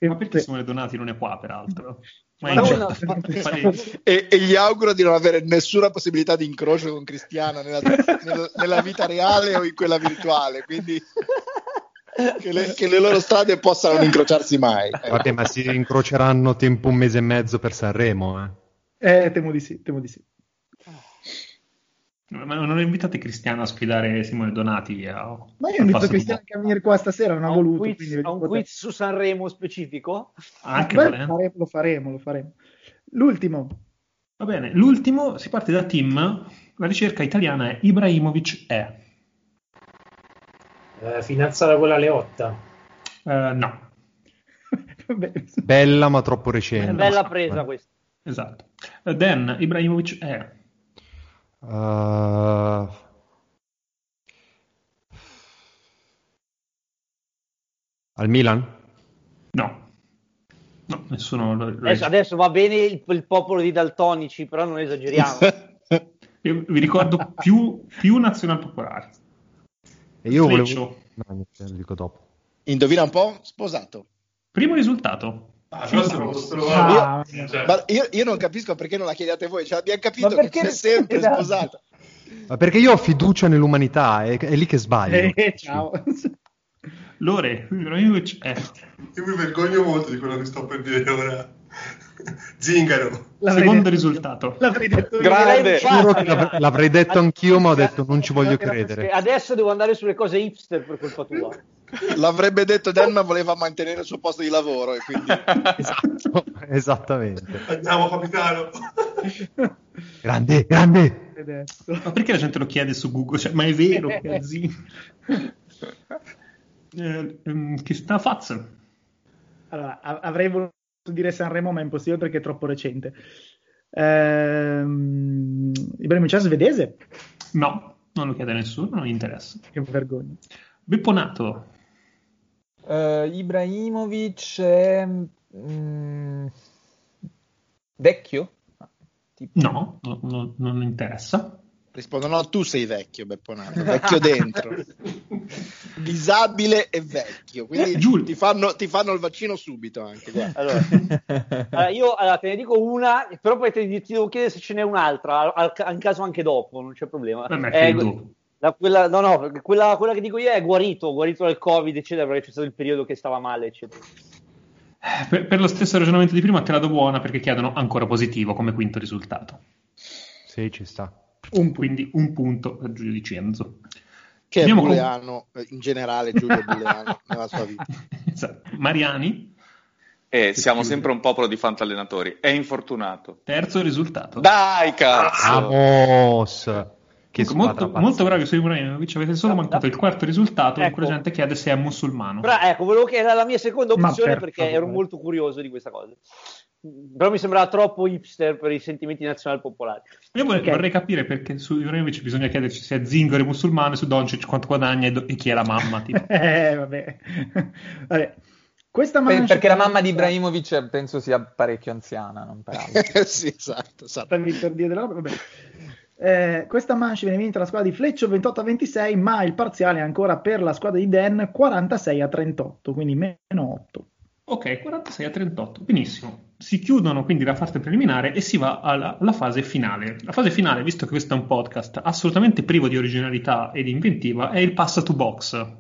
F: Ma perché
A: Sì.
F: Simone Donati non è qua, peraltro? Ma
A: Ma
F: in
A: no,
F: chat.
A: ma-
F: Parenti.
C: E, e gli auguro di non avere nessuna possibilità di incrocio con Cristiana nella, nel- nella vita reale o in quella virtuale. Quindi che le, che le loro strade possano non incrociarsi mai. Ecco.
D: Vabbè, ma si incroceranno tempo un mese e mezzo per Sanremo, eh.
A: Eh, temo di sì, temo di sì.
F: Ma non invitate Cristiano a sfidare Simone Donati eh, a...
A: Ma io
F: al
A: ho detto
F: passo di
A: Cristiana
F: bo-
A: che a venire qua stasera, non ha
B: Ha
A: voluto.
B: un
A: quindi
B: quiz, ha un
A: potete-
B: quiz su Sanremo specifico.
D: Eh,
F: Anche
A: Beh,
F: volendo.
A: fare- lo faremo, lo faremo. L'ultimo,
F: Va bene, l'ultimo, si parte da Tim. La ricerca italiana è Ibrahimovic è.
H: Eh, finanzata quella Leotta.
F: Eh, no,
A: Vabbè,
D: Bella ma troppo recente.
B: Bella presa questa.
F: esatto. Eh, Dan Ibrahimovic è...
D: Uh, Al Milan?
F: No. No, nessuno lo, lo
B: Adesso, adesso va bene il, il popolo di Daltonici, però non esageriamo.
F: Io vi ricordo più, più nazionalpopolare.
D: E io volevo...
F: Fleccio.
D: No, niente, lo dico dopo.
C: Indovina un po'? Sposato.
F: Primo risultato.
G: Ah,
F: Cinque
G: però se
F: a uno.
G: lo- se lo
A: Ah,
G: guardi- cioè,
C: Ma io, io non capisco perché non la chiediate voi, ce l'abbiamo capito
E: Ma
C: che
E: perché-
C: c'è sempre
E: Esatto.
C: sposato.
D: Ma perché io ho fiducia nell'umanità, è, è lì che sbaglio.
A: eh, ciao.
F: Lore, eh. Ibrahimovic è...
G: Io mi vergogno molto di quello che sto per dire ora. Zingaro.
A: L'avrei
F: Secondo
A: detto-
F: risultato.
A: L'avrei detto io.
I: Grande.
D: Giuro che l'avrei- l'avrei detto anch'io, ma ho detto, non ci voglio
A: Era perché-
D: credere.
B: Adesso devo andare sulle cose hipster per colpa tua.
C: L'avrebbe detto Dan, ma voleva mantenere il suo posto di lavoro e quindi
D: Esatto, esattamente.
G: Andiamo, capitano.
D: Grande, grande.
A: Adesso.
F: Ma perché la gente lo chiede su Google? Cioè, ma è vero che è zio? Eh, ehm, che sta Faz?
A: Allora, a- avrei voluto dire Sanremo, ma è impossibile perché è troppo recente. Ehm, Ibrahimovic è svedese?
F: No, non lo chiede nessuno, non gli interessa.
A: Che vergogna.
F: Beppo Nato,
E: Eh, Ibrahimovic è mm, vecchio? Tipo-
F: no, no, no, non gli interessa.
C: rispondono, no, tu sei vecchio, Bepponato, vecchio dentro,
B: Eh,
C: disabile e vecchio, quindi
F: Giulio.
C: ti fanno, ti fanno il vaccino subito anche, guarda.
B: Allora, allora, io allora, te ne dico una, però poi te- ti devo chiedere se ce n'è un'altra, al, al caso anche dopo, non c'è problema.
F: Vabbè,
B: Eh,
F: credo.
B: la- quella, no, no, perché quella, quella che dico io è guarito, guarito dal Covid, eccetera, perché c'è stato il periodo che stava male, eccetera.
F: Per, per lo stesso ragionamento di prima te la do buona perché chiedono ancora positivo come quinto risultato.
D: Sì, ci sta.
A: Un punto.
F: Quindi un punto per Giulio Dicenzo.
C: Che è
F: Andiamo con-
C: Buleano, eh, in generale Giulio Buleano nella sua vita.
F: Esatto. Mariani,
I: E Eh, siamo sempre un popolo di fantallenatori. È infortunato.
F: terzo risultato.
I: Dai, cazzo!
D: Vamos! Che
F: Comunque, molto,
D: squadra pazza.
F: molto bravi su Ibrahimovic, avete solo mancato il quarto risultato in
B: Ecco.
F: cui la gente chiede se è musulmano.
B: Però ecco, volevo che era la mia seconda
A: Ma
B: opzione
A: per
B: perché ero
A: favore.
B: molto curioso di questa cosa. Però mi sembrava troppo hipster per i sentimenti nazionali popolari.
F: Io vorrei,
A: Ok.
F: vorrei capire perché su Ibrahimovic bisogna chiederci se è zingaro e musulmano, e su Doncic quanto guadagna e, do- e chi è la mamma. tipo.
A: Eh, vabbè. Vabbè. Questa
E: Per-
A: mancia-
E: perché la mamma di Ibrahimovic eh, penso sia parecchio anziana, non per altro.
C: sì, esatto, esatto.
A: Stavi per dire della roba, vabbè. Eh, questa manche viene vinta la squadra di Fleccio 28 a 26, ma il parziale è ancora per la squadra di Dan 46 a 38, quindi meno 8.
F: ok, 46 a 38, benissimo. Si chiudono quindi la fase preliminare e si va alla, alla fase finale. La fase finale, visto che questo è un podcast assolutamente privo di originalità e di inventiva, è il passa to box, un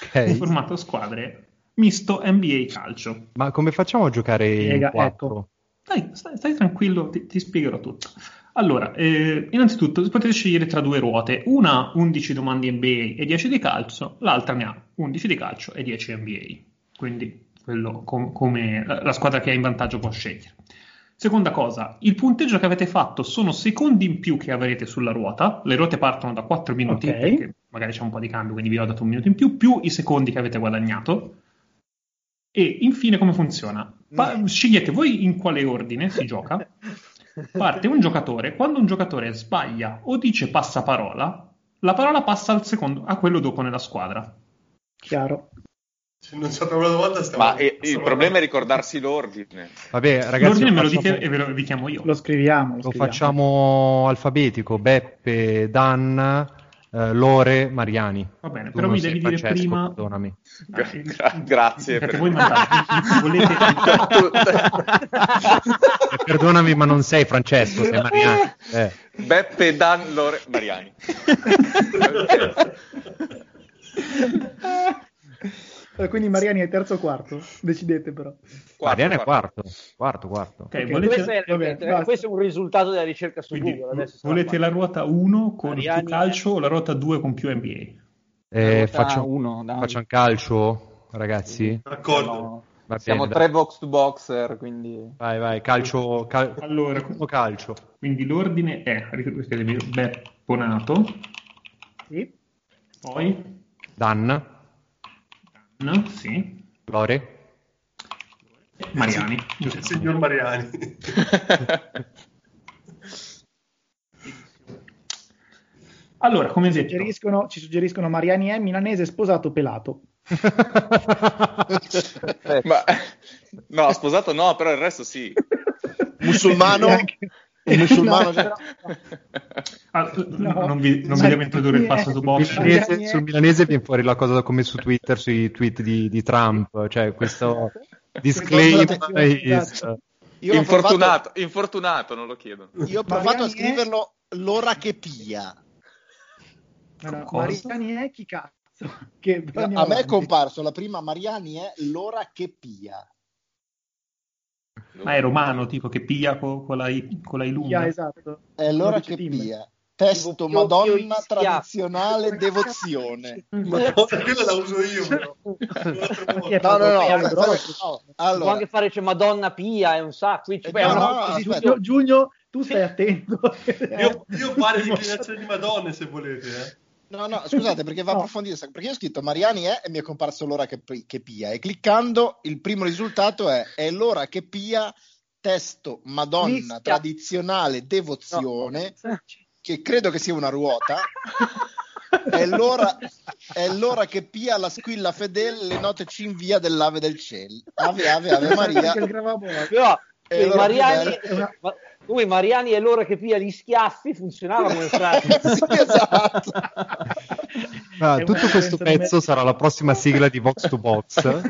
D: Ok.
F: formato a squadre misto NBA calcio.
D: Ma come facciamo a giocare
A: Spiega,
D: in quattro?
A: ecco.
F: Dai, stai, stai tranquillo, ti, ti spiegherò tutto. Allora, eh, innanzitutto potete scegliere tra due ruote, una 11 domande NBA e 10 di calcio, l'altra ne ha 11 di calcio e 10 NBA. Quindi quello com- come la, la squadra che è in vantaggio può scegliere. Seconda cosa, il punteggio che avete fatto sono secondi in più che avrete sulla ruota, le ruote partono da 4 minuti,
A: Ok.
F: perché magari c'è un po' di cambio, quindi vi ho dato un minuto in più, più i secondi che avete guadagnato. E infine come funziona? Pa-
B: Mm.
F: scegliete voi in quale ordine si gioca. Parte un giocatore, quando un giocatore sbaglia o dice passaparola, la parola passa al secondo, a quello dopo nella squadra.
A: Chiaro.
G: Se non c'è una volta stiamo...
I: Ma eh, il problema è ricordarsi l'ordine.
D: Vabbè, ragazzi,
F: L'ordine
D: lo
F: me lo
D: facciamo-
F: dite e ve lo vi chiamo io.
A: Lo scriviamo. Lo,
D: Lo
A: scriviamo.
D: facciamo alfabetico, Beppe, Dan, eh, Lore, Mariani.
F: Va bene,
D: Tu
F: però
D: non
F: mi
D: sei
F: devi dire
D: Francesco,
F: prima- Ah,
D: perdonami.
I: Gra- gra- grazie
F: Perché
I: per-
F: voi mandate, volete...
D: Eh, perdonami, ma non sei Francesco, sei Mariani. Eh,
I: Beppe Dan Lore Mariani.
A: Eh, Quindi Mariani è terzo o quarto? Decidete però.
D: Mariani è quarto, quarto, quarto.
F: Ok,
A: Ok,
F: volete-
B: questo, è,
A: vabbè,
B: ripeto,
A: basta.
B: questo è un risultato della ricerca su
F: quindi,
B: Google. Adesso stiamo
F: volete la
B: parlando.
F: ruota 1 con
B: Mariani
F: più calcio o la ruota 2 con più NBA?
D: Eh,
E: Ruota
D: facciamo,
E: uno, dai.
D: facciamo calcio, ragazzi.
G: D'accordo.
E: Siamo-
D: Va
E: Siamo
D: bene,
E: tre box to boxer, quindi...
D: Vai, vai, calcio, cal-
F: Allora,
D: primo calcio.
F: quindi l'ordine è, ricordate, Bepponato,
A: Sì.
F: poi
D: Dan,
F: No? Sì.
D: Lore?
F: Mariani.
G: Eh, Il signor Mariani.
F: Allora, come
A: Ci
F: detto,
A: suggeriscono, ci suggeriscono Mariani è milanese sposato pelato.
J: Eh.
I: Ma, no, sposato no, però il resto sì.
C: Musulmano?
A: Neanche-
C: Un musulmano?
A: No,
C: cioè-
A: però-
F: Ah, n-
A: No.
F: non vi, non vi
A: Sì.
F: devo introdurre il passo su Bosch.
A: Sì.
D: Milanese- sul milanese viene fuori la cosa come su Twitter, sui tweet di, di Trump, cioè questo disclaimer is... eh,
C: Io ho
I: infortunato, infortunato, non lo chiedo.
C: provato- io ho provato
A: Mariani
C: a
A: è-
C: scriverlo l'ora che pia.
A: No, no,
F: Cosa?
A: Mariani è chi cazzo? Che-
C: No,
A: andiamo
C: a me è
A: avanti.
C: comparso la prima Mariani è l'ora che pia.
F: Ma è romano, tipo, che piglia co- con, la I, con la I lunga.
A: Yeah, esatto.
C: È l'ora
A: Lo dice
C: che
A: Tim.
C: pia. Testo
B: Tipo, io- io gli
C: Madonna
B: schiaffo.
C: tradizionale devozione.
G: Madonna, quella la uso io, però. Un'altra
A: Chi è
G: volta.
C: No, no, no.
A: Paolo
C: aspetta,
A: Brocchi?
C: aspetta, no,
B: Si può
C: Allora,
B: anche fare, c'è Madonna Pia, è un sacco. quindi,
C: Eh,
B: beh, è
C: no,
B: una
C: no,
B: cosa
C: no,
B: di
C: aspetta.
A: Giugno, Giugno, tu stai attento.
G: Io,
A: esatto.
G: io fare l'inclinazione di Madonna se volete. Eh.
C: no, no, scusate perché va
A: No.
C: approfondito. Perché io ho scritto Mariani è e mi è comparso l'ora che, pi- che pia. E cliccando il primo risultato è è l'ora che pia. Testo Madonna
A: Mischia.
C: tradizionale devozione.
A: Sì.
C: Che credo che sia una ruota. È l'ora, è l'ora che pia la squilla fedele le note cinvia dell'ave del cielo. Ave, ave, ave Maria.
A: Anche il gravaboa.
B: Però
C: E
B: eh,
C: allora
B: Mariani,
C: più
A: bello.
B: ma- come Mariani e l'ora che pia gli schiaffi funzionava come frase.
C: sì, esatto.
D: Ah,
A: È una
D: tutto
A: referenza
D: questo
A: di
D: pezzo
A: me-
D: sarà la prossima sigla di Box to Box.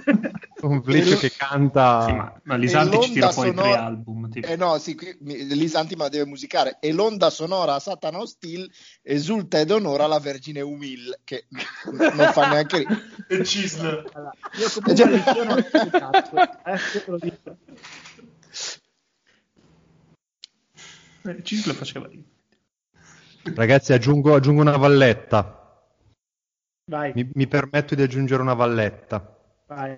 D: Un fleccio che canta...
F: Sì, Ah, ma, ma Lisanti ci
C: E
F: tira
C: l'onda
F: fuori
C: sonora-
F: tre album. tipo.
C: Eh no, sì, qui, mi- Lisanti me la deve musicare. E l'onda sonora a Satana Hostil esulta ed onora la Vergine Umil, che non fa neanche ri- Cioè,
G: E Cisl.
A: Allora, io comunque
C: Già-
A: al liceo non ho fatto cazzo, eh, se te lo dico.
F: Eh, Cislo faceva lì.
D: Ragazzi, aggiungo, aggiungo una valletta.
A: Vai,
D: Mi, mi permetto di aggiungere una valletta.
A: vai.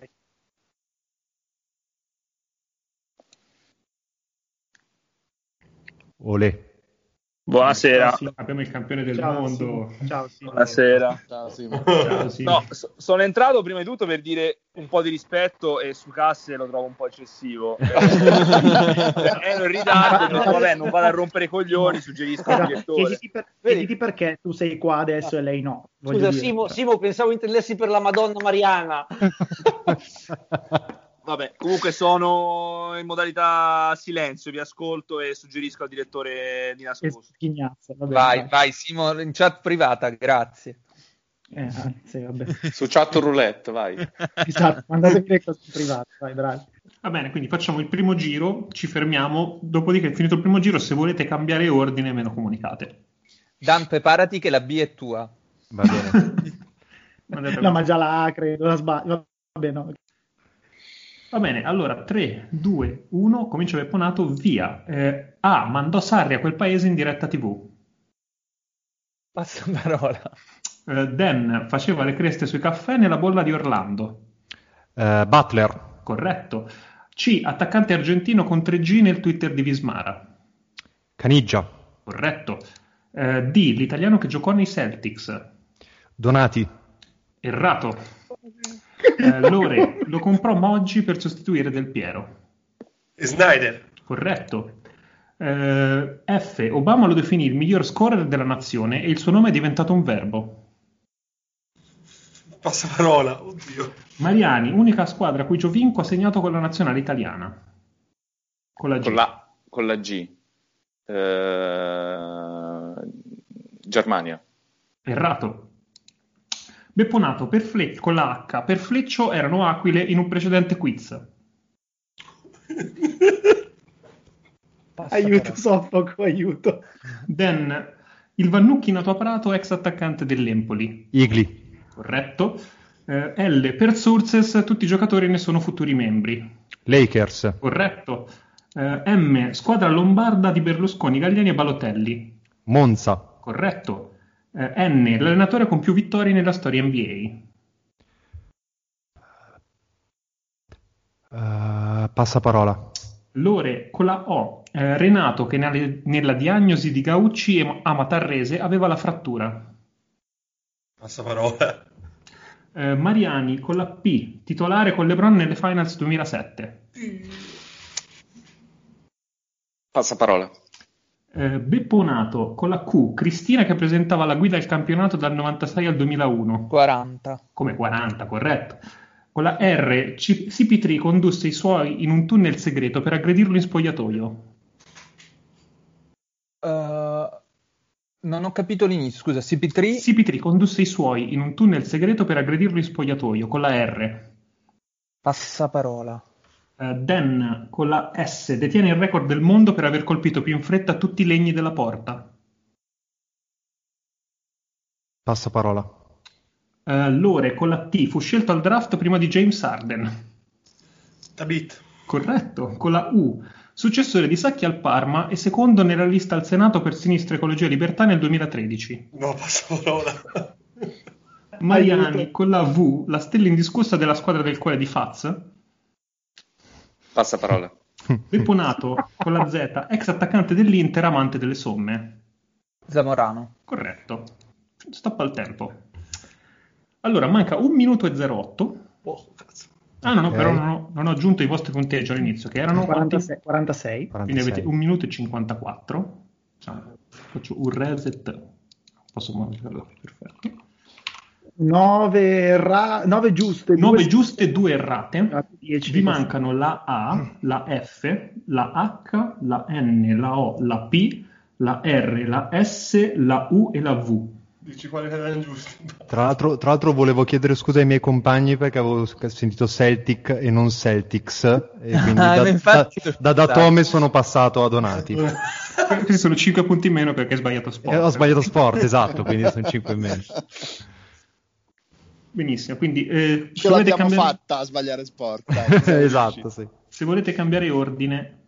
D: Olè.
F: Ciao,
K: Buonasera.
F: Simo, abbiamo il campione del
A: Ciao,
F: mondo.
A: Simo. Ciao, Simo.
K: Buonasera.
C: Ciao, Simo.
F: Ciao, Simo.
K: No, so- sono entrato prima di tutto per dire un po' di rispetto e su casse lo trovo un po' eccessivo. Eh, Ero in ritardo, però vabbè, non vado a rompere i coglioni, suggerisco al
A: Scusa,
K: direttore.
A: chiediti, per- chiediti perché tu sei qua adesso e lei no. voglio
B: Scusa,
A: dire. eh.
B: Simo, Simo, pensavo intendessi per la Madonna Mariana.
K: Vabbè, comunque sono in modalità silenzio, vi ascolto e suggerisco al direttore di
A: Che
K: nascosto.
A: schignazza, va bene,
J: Vai, vai, Simo, in chat privata, grazie.
A: Eh, anzi, vabbè.
I: Su chat roulette, vai.
A: Esatto, mandatevi le cose in privato, vai, bravi.
F: Va bene, quindi facciamo il primo giro, ci fermiamo. Dopodiché, finito il primo giro, se volete cambiare ordine, me lo comunicate.
J: Dan, preparati che la B è tua.
D: Va bene.
F: Mandate-
A: No, ma già la credo, la sbaglio. Vabbè, no.
F: Va bene, allora 3, 2, 1, comincia Pepponato, via. Eh, A, mandò Sarri a quel paese in diretta TV.
J: Passa parola.
F: Eh, Dan faceva le creste sui caffè nella bolla di Orlando.
D: Eh, Butler.
F: Corretto. C, attaccante argentino con 3G nel Twitter di Vismara.
D: Caniggia.
F: Corretto. Eh, D, l'italiano che giocò nei Celtics.
D: Donati.
F: Errato. Eh, Lore lo comprò Moggi per sostituire Del Piero.
G: E Snyder.
F: Corretto. Eh, F. Obama lo definì il miglior scorer della nazione e il suo nome è diventato un verbo.
G: Passaparola. Oddio.
F: Mariani, unica squadra a cui Giovinco ha segnato con la nazionale italiana. Con la G.
I: Con la, con la G. Eh, Germania.
F: Errato. Bepponato per Fle- con la H. Per Fleccio erano aquile in un precedente quiz.
A: Aiuto, soffoco, aiuto.
F: Dan, il Vannucchi nato a Prato, ex attaccante dell'Empoli.
D: Igli.
F: Corretto. Eh, L. Per Sources, tutti i giocatori ne sono futuri membri.
D: Lakers.
F: Corretto. Eh, M, squadra lombarda di Berlusconi, Galliani e Balotelli.
D: Monza.
F: Corretto. Eh, N, l'allenatore con più vittorie nella storia NBA.
D: Eh, passaparola.
F: Lore con la O, eh, Renato che nella, nella diagnosi di Gaucci e- a Matarrese aveva la frattura.
G: Passaparola.
F: eh, Mariani con la P, titolare con LeBron nelle finals 2007.
I: Passaparola.
F: Eh, Beppo Nato con la Q, Cristina che presentava la guida al campionato dal 96 al 2001.
J: 40.
F: Come 40, corretto. Con la R, C- CP3 condusse i suoi in un tunnel segreto per aggredirlo in spogliatoio.
J: Eh, non ho capito l'inizio, scusa, CP3.
F: CP3 condusse i suoi in un tunnel segreto per aggredirlo in spogliatoio con la R.
J: Passaparola.
F: Eh, Dan con la S detiene il record del mondo per aver colpito più in fretta tutti i legni della porta.
D: Passaparola.
F: Eh, Lore con la T fu scelto al draft prima di James Harden.
G: Tabit.
F: Corretto, con la U. Successore di Sacchi al Parma e secondo nella lista al Senato per Sinistra Ecologia e Libertà nel 2013.
G: No, passo parola.
F: Mariani con la V, la stella indiscussa della squadra del cuore di Faz.
I: Passaparola.
D: Hm.
F: Beppo Nato con la Z, ex attaccante dell'Inter, amante delle somme.
J: Zamorano.
F: Corretto. Stop al tempo. Allora, manca 1 minuto e 08.
G: Oh, cazzo.
F: Ah, no, no,
D: Ok.
F: però non ho, non ho aggiunto i vostri punteggi all'inizio, che erano quanti?
A: 46, 46.
F: Quindi avete
D: 46.
F: 1 minuto e 54. Ah, Faccio un reset. Posso modificarlo? Perfetto.
A: 9, ra- nove giuste.
F: 9
A: due- Ah,
F: giuste, 2 errate.
A: dieci
F: Vi
A: di
F: mancano la A, la F, la H, la N, la O, la P, la R, la S, la U e la V.
G: Dici quali erano giusti.
D: Tra l'altro, tra l'altro volevo chiedere scusa ai miei compagni perché avevo sc- sentito Celtic e non Celtics e quindi
J: Ah,
D: da,
J: infatti-
D: da- da Datome sono passato a Donati.
F: Questi sono 5 punti in meno perché hai sbagliato sport.
D: Eh, ho sbagliato sport, esatto, quindi sono 5 in meno.
F: Benissimo, quindi eh,
C: Ce
F: se, volete
C: l'abbiamo
F: cambiare,
C: fatta a sbagliare sport. eh. dai, siamo
D: esatto, sì.
F: se volete cambiare ordine,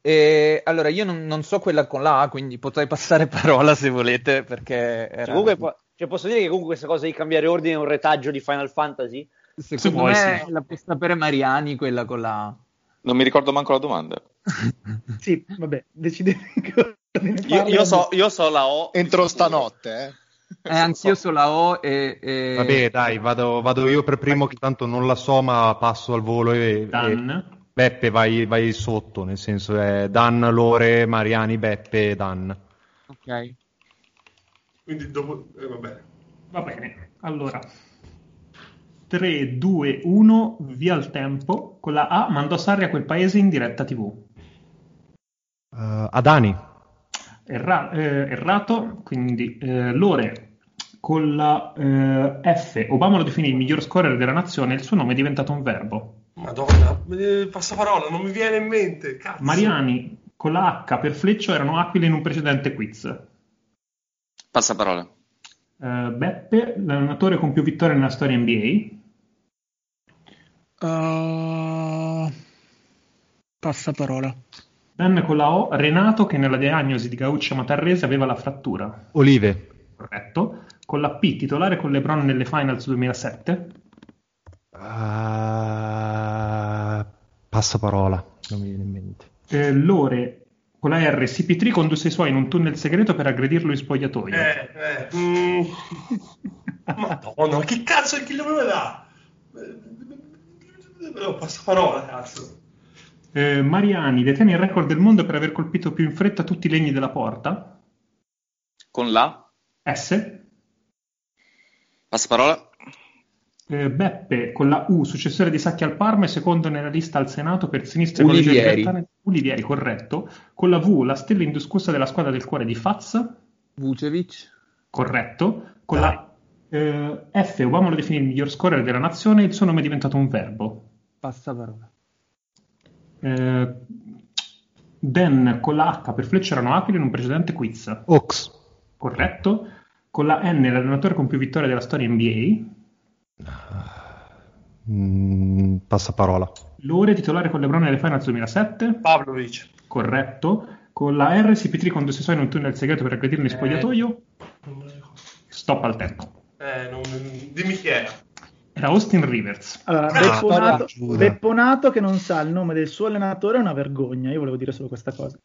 J: E, allora, io non, non so quella con la A, quindi potrei passare parola se volete, perché era-
B: Comunque, po- cioè, posso dire che comunque questa cosa di cambiare ordine è un retaggio di Final Fantasy?
F: se
J: secondo
F: vuoi,
J: me
F: sì.
J: la può sapere Mariani quella con la A.
I: Non mi ricordo manco la domanda.
A: Sì, vabbè, decidete
I: Io, io so, io so la O. di
C: Entro
I: sicuro.
C: stanotte, eh.
J: Eh, anch'io so la O e... e-
D: Vabbè, dai, vado, vado io per primo che tanto non la so, ma passo al volo e, e-
F: Dan,
D: Beppe vai, vai sotto, nel senso è Dan, Lore, Mariani, Beppe, Dan.
J: Ok.
G: Quindi dopo... eh, vabbè.
F: va bene. Allora, 3, 2, 1, via il tempo. Con la A mandò Sarri a quel paese in diretta TV.
D: Eh, Adani,
F: Erra- eh, errato, quindi eh, Lore con la eh, F. Obama lo definì il miglior scorer della nazione, il suo nome è diventato un verbo.
G: Madonna, eh, passaparola, non mi viene in mente. Cazzo.
F: Mariani con la H per Fleccio erano aquile in un precedente quiz.
I: Passaparola.
F: Eh, Beppe, l'allenatore con più vittorie nella storia NBA.
J: passaparola.
F: Dan con la O, Renato che nella diagnosi di Gauccia Matarrese aveva la frattura.
D: Olive,
F: Corretto. Con la P, titolare con LeBron nelle finals 2007.
D: Eh, passaparola, non mi viene in mente.
F: Eh, Lore con la R, CP3 condusse i suoi in un tunnel segreto per aggredirlo in spogliatoio.
G: Eh, eh. mm. Madonna, ma che cazzo, chi lo voleva là? Eh, eh, oh, Passaparola, cazzo.
F: Eh, Mariani detiene il record del mondo per aver colpito più in fretta tutti i legni della porta.
I: Con la
F: S.
I: passaparola.
F: Eh, Beppe con la U, successore di Sacchi al Parma e secondo nella lista al Senato per sinistra
J: Ulivieri.
F: Ecologia e Libertà. Ulivieri, corretto. Con la V, la stella indiscussa della squadra del cuore di Faz,
J: Vucevic.
F: corretto. Con la eh, F, Obama lo definì il miglior scorer della nazione, il suo nome è diventato un verbo.
J: Passaparola.
F: Eh, Dan con la H per Fletcher erano aquile in un precedente quiz,
D: Ox,
F: corretto. Con la N, l'allenatore con più vittorie della storia NBA.
D: Mm, passaparola.
F: Lore, titolare con LeBron nelle finals 2007.
G: Pavlovic.
F: Corretto. Con la R CP3 quando si so in un tunnel segreto per aggredirlo in
G: Eh.
F: spogliatoio. Stop al tempo.
G: Eh, non- dimmi chi era.
F: Era Austin Rivers.
A: Allora,
G: Ah,
A: Beppo
D: porca
A: Nato-
D: giuda.
A: Beppo Nato che non sa il nome del suo allenatore è una vergogna. Io volevo dire solo questa cosa.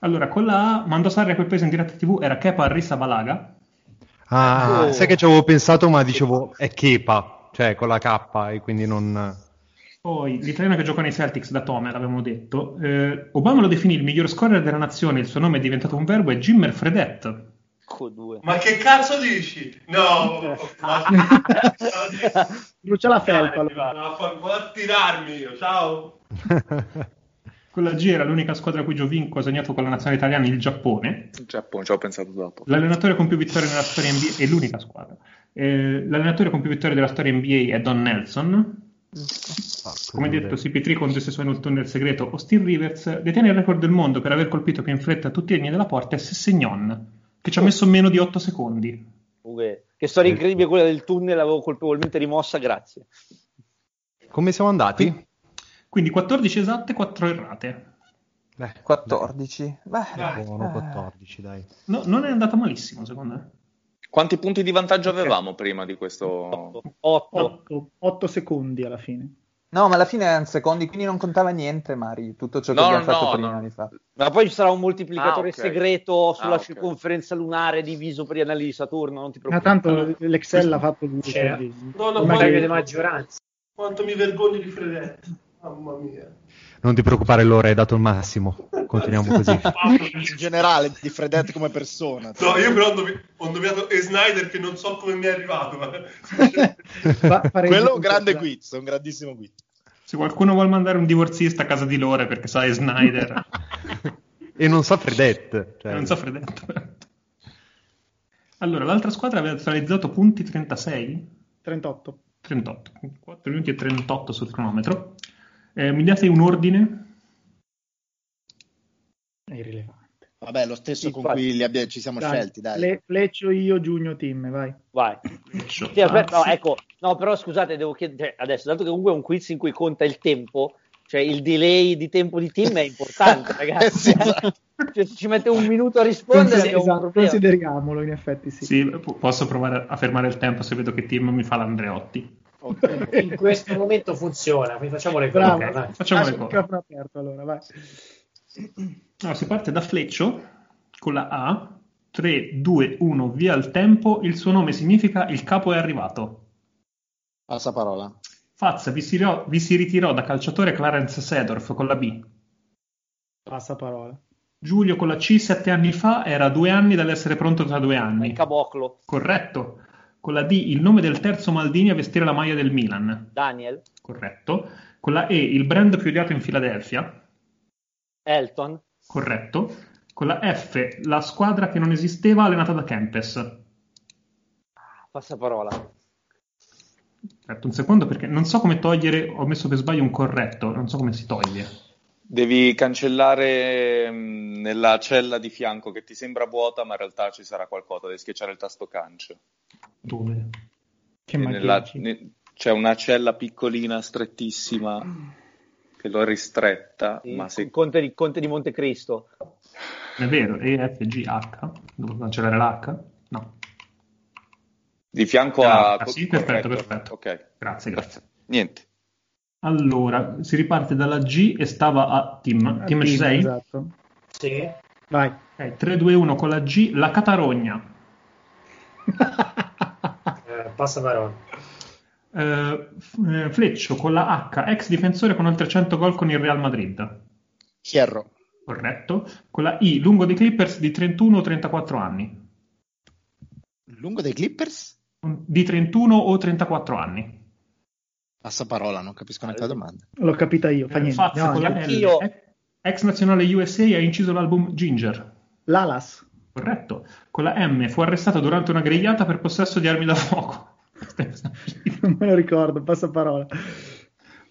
F: Allora, con la A mandò Sarri a quel paese in diretta TV era Kepa Arrizabalaga.
D: Ah,
K: Oh.
D: sai che ci avevo pensato, ma dicevo è Kepa, cioè con la K, e quindi non.
F: Poi l'italiano che gioca nei Celtics da Tome, l'avevamo detto. Eh, Obama lo definì il miglior scorer della nazione, il suo nome è diventato un verbo, è Jimmer Fredette.
B: Ecco,
G: Ma che cazzo dici? No, ma...
A: Brucia la felpa.
G: Ma fa- vuole tirarmi io, ciao.
F: Con la G era l'unica squadra a cui Giovinco ha segnato con la nazionale italiana il Giappone.
I: In Giappone, Cioè, ci ho pensato dopo.
F: L'allenatore con più vittorie nella storia NBA è l'unica squadra. Eh, l'allenatore con più vittorie della storia NBA è Don Nelson. Come detto, CP3 contesse solo nel tunnel segreto Austin Rivers. Detiene il record del mondo per aver colpito più in fretta tutti i linee della porta è Sessegnon, che ci ha messo meno di 8 secondi.
B: Comunque, Che
A: Eh.
B: storia incredibile quella del tunnel, l'avevo colpevolmente rimossa, grazie.
D: Come siamo andati?
F: Quindi 14 esatte, 4 errate.
D: Beh,
J: 14.
F: Dai.
D: Eh. buono, 14, dai.
F: No, non è andata malissimo, secondo me.
I: Quanti punti di vantaggio avevamo prima di questo?
A: 8, secondi alla fine.
J: No, ma alla fine erano secondi, quindi non contava niente, Mari, tutto ciò che
I: No,
J: abbiamo
I: no,
J: fatto
I: no,
J: prima
I: no.
J: anni fa.
B: Ma poi ci sarà un moltiplicatore
I: Ah, ok.
B: segreto sulla
I: Ah, ok.
B: circonferenza lunare diviso per gli anelli di Saturno, non ti
A: Ma
B: preoccupare.
A: Ah, tanto l'Excel ha fatto due.
H: C'era.
A: quindi-
G: No, no,
A: Prima
G: guarda
A: Cioè, che-
G: che-
H: maggioranze.
G: Quanto mi vergogno di Fredette. Mamma mia.
D: Non ti preoccupare, Lore, hai dato il massimo. Continuiamo così.
C: in generale di Fredette come persona.
G: No, io però ho indovi- ho indovinato e Snyder che non so come mi è arrivato. Ma...
C: Quello è un grande quiz, un grandissimo quiz.
F: Se qualcuno vuole mandare un divorzista a casa di Lore perché sa è Snyder,
D: e non sa Fredette. Cioè...
F: non so Fredette. Allora, l'altra squadra aveva totalizzato punti 36,
A: 38.
F: 38, 4 minuti e 38 sul cronometro. Eh, mi date un ordine?
A: È irrilevante.
C: Vabbè, lo stesso con
A: Infatti.
C: cui li abbia- ci siamo
A: Dai,
C: scelti, dai.
A: Le, Fleccio io, Giugno Team, vai.
B: Vai. Sì,
F: Ah,
B: aspetta, no, ecco, no, però scusate, devo chiedere cioè, adesso, dato che comunque è un quiz in cui conta il tempo, cioè il delay di tempo di team è importante, ragazzi. Cioè, se ci mette un minuto a rispondere,
A: Consider-
B: abbiamo un
A: Eh, esatto,
B: problema.
A: consideriamolo, in effetti sì.
F: Sì, po- posso provare a fermare il tempo se vedo che Tim mi fa l'Andreotti.
H: In questo momento funziona, quindi facciamo le
A: Bravo.
H: cose. dai.
F: Facciamo
A: Lascia il
F: le cose.
A: capro aperto allora, vai.
F: Allora, si parte da Fleccio con la A. 3, 2, 1, via il tempo. Il suo nome significa il capo è arrivato.
C: Passa parola.
F: Fazza vi si, ritirò, vi si ritirò da calciatore Clarence Sedorf con la B.
A: Passa parola.
F: Giulio con la C sette anni fa era a due anni dall'essere pronto tra due anni.
B: Caboclo,
F: Corretto. Con la D il nome del terzo Maldini a vestire la maglia del Milan.
B: Daniel,
F: Corretto. Con la E il brand più odiato in Filadelfia.
B: Elton,
F: Corretto. Con la F la squadra che non esisteva allenata da Kempes.
B: passaparola.
F: Aspetta un secondo perché non so come togliere, ho messo per sbaglio un corretto, non so come si toglie.
I: Devi cancellare mh, nella cella di fianco che ti sembra vuota, ma in realtà ci sarà qualcosa. Devi schiacciare il tasto cancio.
F: Dove? Che
I: E
F: magia.
I: nella- ne- c'è una cella piccolina, strettissima, che l'ho ristretta, ma se
B: Il Conte di, Conte di Montecristo.
F: È vero, E, F, G, H. Devo cancellare l'H? No.
I: di fianco
F: Ah,
I: a...
F: sì, perfetto,
I: corretto.
F: perfetto.
I: Ok,
F: Grazie, grazie.
I: niente.
F: Allora, si riparte dalla G e stava a Tim. Tim, ci
A: Team,
F: sei?
A: Esatto.
H: Sì.
A: Vai.
F: Ok, 3, 2, 1 con la G, la Catarogna.
H: Eh, passa parola.
F: Eh, f- eh, Fleccio con la H, ex difensore con oltre 100 gol con il Real Madrid.
C: Chierro,
F: Corretto. Con la I, lungo dei Clippers di 31 o 34 anni.
C: lungo dei Clippers?
F: Di 31 o 34 anni.
C: Passa parola, non capisco neanche la domanda.
A: L'ho capita io, fa
F: Eh,
A: niente.
F: Fazio
A: Andiamo
F: con la
A: avanti.
F: L, ex- ex nazionale USA, ha inciso l'album Ginger.
A: L'Alas.
F: Corretto. Con la M fu arrestato durante una grigliata per possesso di armi da fuoco.
A: Non me lo ricordo, passa parola.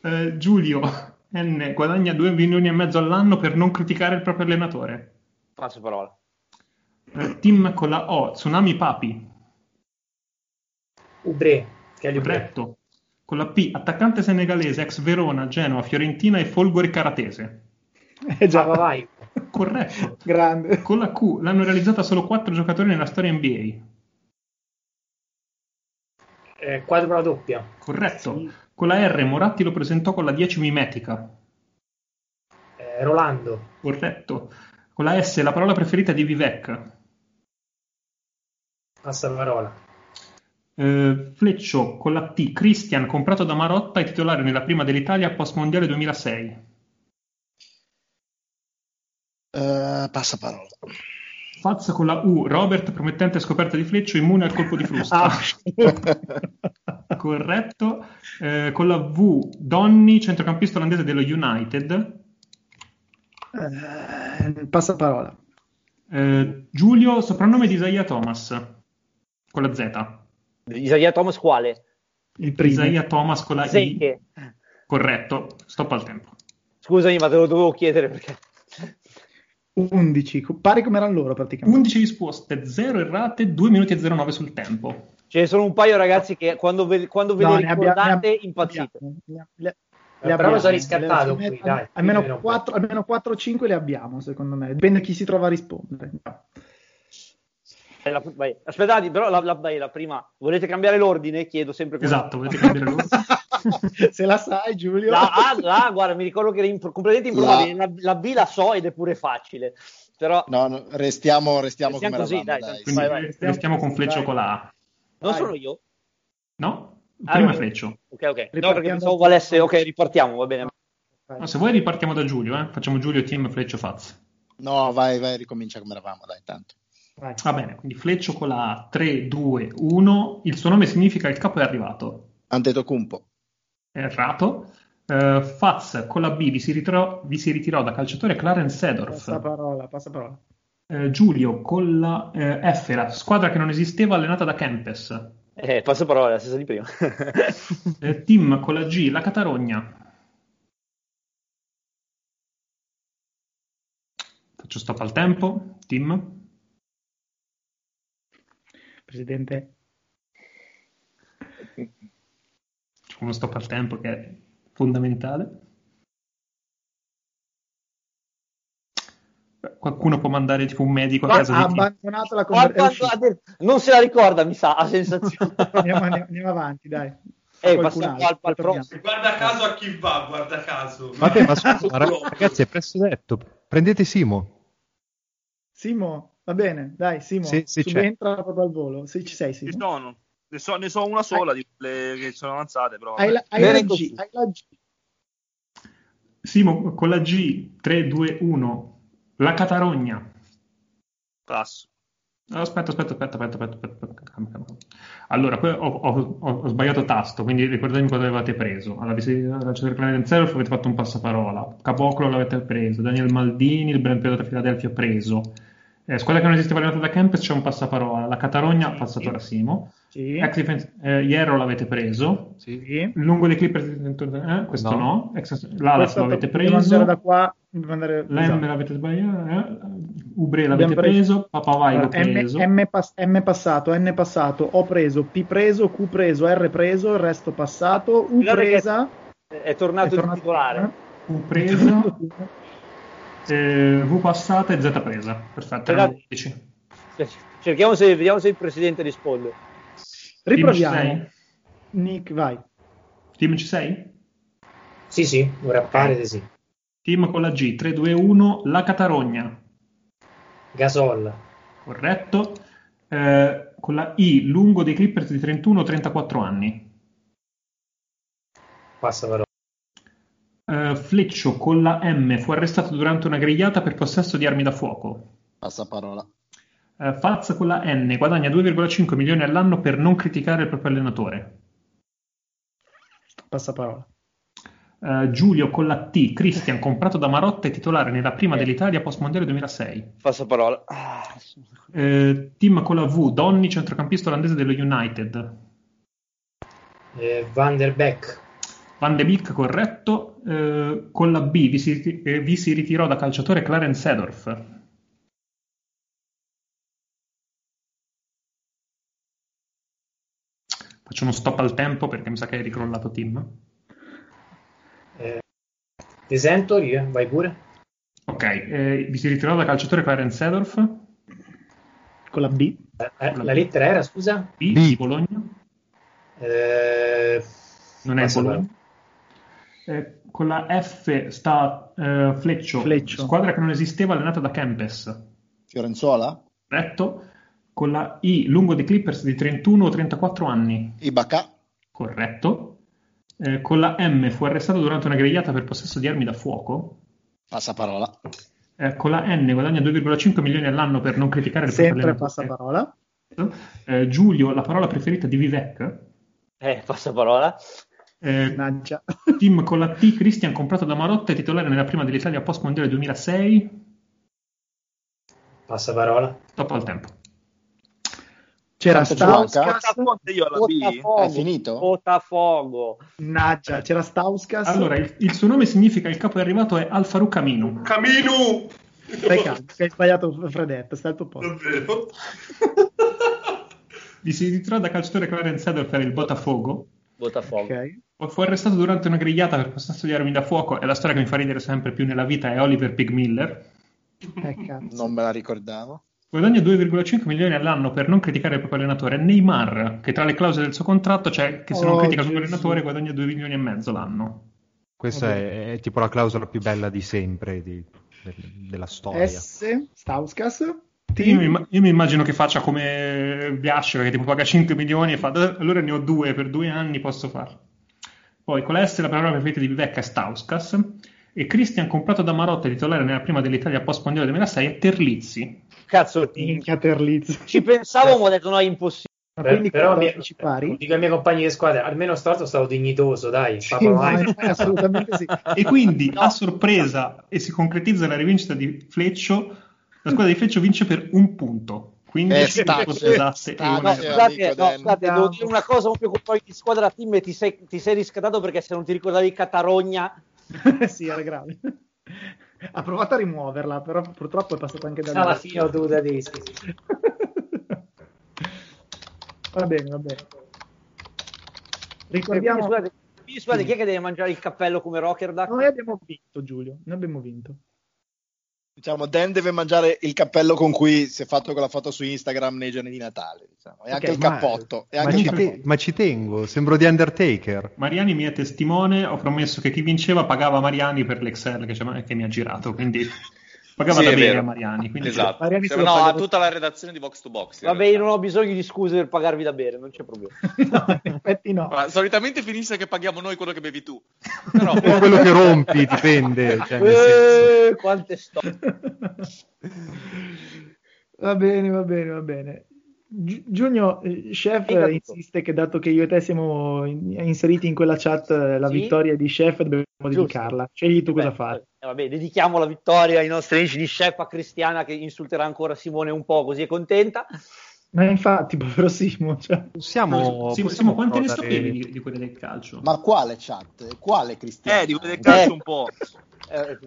F: Eh, Giulio N guadagna 2 milioni e mezzo all'anno per non criticare il proprio allenatore.
B: Passaparola.
F: Eh, Tim con la O, Tsunami Papi.
H: Ubre, che è l'Ubre.
F: Corretto. Con la P, attaccante senegalese, ex Verona, Genova, Fiorentina e Folgore Caratese.
A: Eh già,
H: Ah, va, vai.
F: Corretto.
A: grande.
F: Con la Q l'hanno realizzata solo 4 giocatori nella storia NBA.
H: Eh, quadro per la doppia.
F: Corretto. Con la R Moratti lo presentò con la 10 mimetica.
H: Eh, Rolando.
F: Corretto. Con la S la parola preferita di Vivek.
H: Passa la parola.
F: Eh, Fleccio con la T, Christian comprato da Marotta e titolare nella prima dell'Italia post mondiale 2006.
C: Eh, passa parola.
F: Fazza con la U, Robert promettente scoperta di Fleccio immune al colpo di frusta.
A: Ah.
C: Ah.
F: Corretto. Eh, con la V, Donny centrocampista olandese dello United.
A: Eh, passa parola.
F: Eh, Giulio, soprannome di Isaiah Thomas con la Z.
B: Isaiah Thomas quale?
F: Il primo. Isaiah Thomas con la
B: Sei
F: I.
B: che-
F: Corretto, stop al tempo.
B: Scusami, ma te lo dovevo chiedere perché
A: 11, co- pari come erano loro praticamente.
F: 11 risposte, 0 errate, 2 minuti e 09 sul tempo.
B: ce ne sono un paio ragazzi che quando ve, quando ve
A: No,
B: le
A: ne abbia-
B: ricordate
A: ne abbia-
B: impazzite.
A: Le
H: Eh, Però
A: abbiamo,
H: sono
A: le
H: riscattato qui,
A: abbiamo.
H: dai.
A: Almeno 4, almeno 4 o 5 le abbiamo, secondo me. Dipende chi si trova a rispondere.
B: Eh, la- vai. Aspettate, però la, la- vai, la prima volete cambiare l'ordine? Chiedo sempre come-
F: Esatto, volete cambiare l'ordine?
A: Se la sai, Giulio.
B: La A, la A, guarda, mi ricordo che era impro- completamente
C: La-
B: improbabile. La, la B la so ed è pure facile. Però
C: No, no, restiamo,
B: Restiamo
C: restiamo come
B: così,
C: eravamo,
B: dai,
C: dai.
F: Quindi
B: vai, vai.
F: restiamo con Fleccio
A: Vai.
F: con la A.
B: non
A: vai.
B: sono io.
F: No?
B: Ah,
F: Prima
B: ok.
F: Fleccio.
B: Ok, ok. No, perché
A: Ripartiamo.
B: pensavo valesse. Ok, ripartiamo, va bene.
F: No, se vuoi ripartiamo da Giulio, eh. facciamo Giulio team Fleccio Faz.
C: No, vai, vai, ricomincia come eravamo, dai, tanto.
A: Vai.
F: Va bene, quindi Fleccio con la A, 3, 2, 1. Il suo nome significa il capo è arrivato.
C: Antetokounmpo,
F: Errato. Eh, Faz con la B vi si, ritirò, vi si ritirò da calciatore Clarence
A: Passa
B: Ecco.
F: Sedorf.
A: parola, passa parola.
F: Eh, Giulio con la eh, F, la squadra che non esisteva allenata da Kempes.
B: Eh, passo parola, la stessa di prima.
F: Eh, Tim con la G, la Catarogna. Faccio stop al tempo. Tim.
A: Presidente,
F: C'è uno stop al tempo che è fondamentale. Beh, Qualcuno può mandare tipo un medico a
A: ha
F: casa di Tim.
A: abbandonato la
B: Quando-
A: conversazione.
B: quando- non se la ricorda, mi sa, a sensazione.
A: Andiamo, andiamo avanti, dai.
B: Eh,
A: Qualcun
B: passiamo
A: altro,
B: al- al
A: torniamo.
B: prossimo.
G: Guarda caso a chi va, guarda caso.
D: Vabbè, ma scusa, ma ra- ragazzi, è presto detto. Prendete Simo.
A: Simo, va bene, dai, Simo,
D: Sì, sì, c'è.
A: subentra proprio al volo. Se ci sei,
K: Ci
A: Simo.
K: sono. Ne so, ne so una sola di quelle che sono avanzate, però.
A: Hai la, hai
J: Bene
A: la
J: così.
A: G, hai la G.
F: Simo con la G 3, 2, 1. La Catarogna.
K: Passo.
F: No, Aspetta, aspetta, aspetta, aspetta, aspetta, aspetta, aspetta, calma, calma. Allora, poi ho, ho- ho- ho sbagliato tasto, quindi ricordatemi cosa avevate preso. Allora, vi si- la Cerclarenzelf avete fatto un passaparola, Caboclo l'avete preso, Daniel Maldini, il brand da Filadelfia preso, eh, squadra che non esisteva allenata da Kempes c'è un passaparola, la Catarogna passato a Simo,
A: Sì,
F: ex difen- eh, Hierro l'avete preso,
A: sì.
F: lungo dei Clippers, eh, questo
D: No.
F: no, Ex- l'Alas
A: Questa
F: l'avete
A: devo Mandare da
F: preso,
A: qua, devo mandare-
F: Lem
A: esatto.
F: l'avete sbagliato, eh, Ubre l'avete
A: Abbiamo
F: preso, Papavai l'ho
A: Allora, M,
F: preso.
A: M pas- M passato, N passato, O preso, P preso, Q preso, R preso, il resto passato, U
B: Guardate che-
A: presa.
B: È tornato
A: è
B: il
A: tornato- eh?
B: titolare.
F: U preso, eh, V passata e Z presa. Perfetto, erano
B: Ragazzi,
F: 11.
B: Cioè, Cerchiamo se, vediamo se il presidente risponde.
F: Team ci
A: Riproviamo. Nick, vai.
F: sei? Team ci sei?
H: Sì, sì, ora appare di sì.
F: Team con la G, 3, 2, 1, la Catarogna,
H: Gasol,
F: corretto. Eh, con la I, lungo dei Clippers di 31-34 anni.
H: passa parola.
F: Eh, Fleccio con la M, fu arrestato durante una grigliata per possesso di armi da fuoco.
C: passa parola.
F: Eh, Fazza con la N, guadagna 2,5 milioni all'anno per non criticare il proprio allenatore.
A: Passa parola.
F: Eh, Giulio con la T, Christian, comprato da Marotta e titolare nella prima dell'Italia post mondiale 2006.
J: Passa parola.
I: Ah,
F: Eh, team con la V, Donny, centrocampista olandese dello United.
H: Eh, Van der Beek,
F: Van de Beek, corretto. Eh, con la B, vi si, eh, vi si ritirò da calciatore Clarence Sedorf. Faccio uno stop al tempo perché mi sa che hai ricrollato Tim.
H: ti sento, io, eh, vai pure.
F: Ok, eh, vi si ritirò da calciatore Clarence Sedorf.
A: Con la B.
H: Eh, eh, la lettera era, scusa?
F: B,
D: B.
F: di Bologna.
H: Eh,
F: Non è
H: passa
F: Bologna.
H: parola.
F: Eh, con la F sta eh, Fleccio,
A: Fleccio.
F: squadra che non esisteva allenata da Kempes.
C: Fiorenzuola?
F: Corretto. con la I lungo dei Clippers di 31 o 34 anni.
C: Ibaka.
F: Corretto. Eh, con la M fu arrestato durante una grigliata per possesso di armi da fuoco.
C: Passaparola.
F: Eh, con la N guadagna 2,5 milioni all'anno per non criticare il
A: Sempre
F: proprio allenatore.
A: passaparola.
F: Eh, Giulio, la parola preferita di Vivek.
B: Eh, passaparola.
F: Eh,
A: Mannaggia.
F: team con la T, Christian comprato da Marotta e titolare nella prima dell'Italia post mondiale 2006.
H: Passa parola.
F: Stop al tempo.
A: C'era
C: Tanto
A: Stauskas.
C: Gianca.
K: io alla B.
B: Botafogo.
C: Hai finito?
B: Botafogo.
A: Mannaggia, c'era Stauskas.
F: Allora, il, il suo nome significa il capo è arrivato è Alfaruc Aminu.
G: Camino!
A: Stai calmo, che hai sbagliato Fredetta, stai al tuo posto.
G: Davvero?
F: Gli si ritrova da calciatore Clarence Edel per il Botafogo.
B: Botafogo.
A: Ok.
F: Fu arrestato durante una grigliata per possesso di armi da fuoco e la storia che mi fa ridere sempre più nella vita è Oliver Pigmiller.
A: Eh, cazzo.
C: Non me la ricordavo.
F: Guadagna 2,5 milioni all'anno per non criticare il proprio allenatore. Neymar, che tra le clausole del suo contratto c'è che se non
A: Oh,
F: critica il suo
A: Gesù.
F: allenatore guadagna 2 milioni e mezzo l'anno.
D: Questa è, è tipo la clausola più bella di sempre di- de- della
A: Eh
D: storia.
A: S, Stauskas. T.
F: Io mi, io mi immagino che faccia come Biascio, che tipo paga 5 milioni e fa "Eh, allora ne ho due per due anni, posso farlo. Poi con la S la parola preferita di Vivek è Stauskas e Christian comprato da Marotta, titolare nella prima dell'Italia post mondiale 2006, è Terlizzi.
B: Cazzo,
A: Minchia Terlizzi.
B: ci
D: Eh.
B: pensavo, ma ho detto no, è impossibile.
A: Ma
H: Beh,
A: quindi
H: però
A: cosa
H: mi- eh,
A: ci pari?
H: Dico ai miei compagni di squadra, almeno stavolta è stato dignitoso, dai.
A: Sì,
H: Papa
A: ma-
H: Mike.
A: assolutamente sì.
F: E quindi
B: No.
F: a sorpresa e si concretizza la rivincita di Fleccio, la squadra di Fleccio vince per un punto. Quindi
C: Eh,
F: se
C: stacchi,
F: fosse esatte,
C: stacchi.
F: io
B: No,
F: non
C: Amico
B: scusate, no,
C: Dan.
B: scusate, devo dire una cosa, un compagno di squadra team ti sei, ti sei riscattato perché se non ti ricordavi Catarogna,
A: sì, era grave. Ha provato a rimuoverla, però purtroppo è passata anche da me.
H: Alla fine ho dovuto dire sì, sì.
A: va bene, va bene.
B: quindi,
A: Ricordiamo
B: scusate, quindi, scusate, chi è che deve mangiare il cappello come Rocker Duck?
A: noi abbiamo vinto, Giulio. Noi abbiamo vinto.
C: Diciamo, Dan deve mangiare il cappello con cui si è fatto quella foto su Instagram nei giorni di Natale. Diciamo. E anche
A: Ok,
C: il
D: ma-
C: cappotto. E
D: Ma
C: anche
D: ci,
C: il
D: te-
C: cappotto.
D: ma ci tengo, sembro di Undertaker.
F: Mariani mi è testimone, ho promesso che chi vinceva pagava Mariani per l'Excel che, c'è- che mi ha girato, quindi pagava
I: Sì,
F: da
I: è
F: bere
I: vero.
F: a Mariani. Quindi
I: Esatto.
A: Mariani
I: Cioè,
A: se lo
I: no,
A: paga
I: a
A: per-
I: tutta la redazione di Box to Box. in
B: Vabbè,
I: realtà.
B: io non ho bisogno di scuse per pagarvi da bere, non c'è problema.
A: no, in effetti no.
I: Ma solitamente finisce che paghiamo noi quello che bevi tu. Però
D: O quello che rompi, dipende. Cioè, nel senso.
B: Eh, quante storie.
A: va bene, va bene, va bene. Gi- Giugno, eh, Chef
B: Dica
A: eh,
B: tutto.
A: insiste che dato che io e te siamo in- inseriti in quella chat eh, la
B: Sì.
A: vittoria di Chef dobbiamo dedicarla. Scegli tu cosa
B: Beh,
A: fare.
B: eh, vabbè, dedichiamo la vittoria ai nostri amici di Sceppa Cristiana che insulterà ancora Simone un po' così è contenta.
A: Ma infatti, povero Simo, cioè,
D: Possiamo,
F: Sì,
D: possiamo
F: Simo, quante ne
D: provare-
I: eh.
F: sapevi di, di quelle del calcio?
C: Ma quale chat? Quale Cristiano?
K: Eh, di quelle del calcio
B: Eh.
K: un po'.
B: Eh,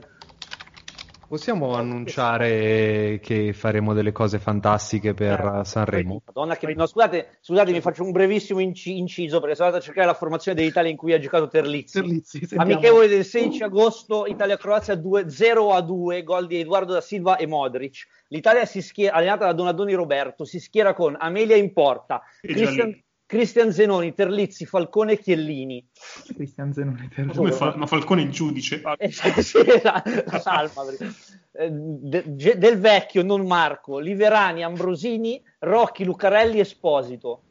D: Possiamo annunciare che faremo delle cose fantastiche per
B: Eh,
D: Sanremo?
B: Madonna che... no, scusate, scusatemi, faccio un brevissimo inci- inciso perché sono andato a cercare la formazione dell'Italia in cui ha giocato Terlizzi.
A: Terlizzi, sentiamo.
B: Amichevole del 16 agosto, Italia-Croazia 2 0 a 2, gol di Eduardo da Silva e Modric. L'Italia si schiera, allenata da Donadoni Roberto, si schiera con Amelia in porta,
F: E
B: Christian,
F: Giannini.
B: Christian Zenoni, Terlizzi, Falcone e Chiellini.
A: Cristian Zenoni,
F: Ma
B: Oh,
A: Terlizzi.
F: come fa- ma Falcone il giudice? Ah,
B: Eh, sì, sì, la- la salva, perché- eh, de- Ge- del vecchio, non Marco, Liverani, Ambrosini, Rocchi, Lucarelli, Esposito.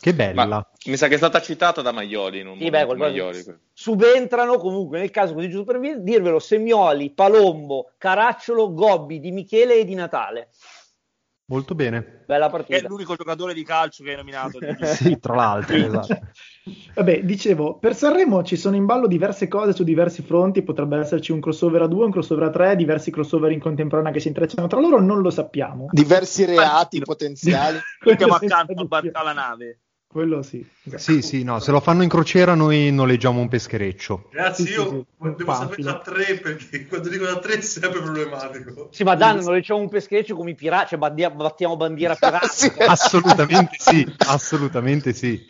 D: Che bella!
I: Ma mi sa che è stata citata da Maioli in un
B: Sì,
I: momento,
B: beh, qualcosa-
I: Maioli.
B: Subentrano comunque nel caso così giusto per vi- dirvelo Semioli, Palombo, Caracciolo, Gobbi, Di Michele e Di Natale.
D: Molto bene.
B: Bella
K: Che è
B: partita.
K: l'unico giocatore di calcio che hai nominato.
D: Sì, tra l'altro, esatto.
A: Vabbè, dicevo, per Sanremo ci sono in ballo diverse cose su diversi fronti, potrebbe esserci un crossover a due, un crossover a tre, diversi crossover in contemporanea che si intrecciano tra loro, non lo sappiamo.
C: Diversi reati potenziali.
A: Quello
K: Mettiamo
A: senza
K: accanto al
A: dubbio.
K: bar- alla nave.
A: Quello sì. esatto.
D: Sì, sì, no, se lo fanno in crociera noi noleggiamo un peschereccio.
G: Ragazzi,
A: Sì,
G: io
A: sì, sì.
G: devo sapere
A: Panfilo.
G: da tre perché quando dico da tre è sempre problematico.
B: Sì, ma Dan, non c'è un peschereccio come i pirati, cioè bandia- battiamo bandiera pirata.
C: Sì.
D: Assolutamente sì, assolutamente sì.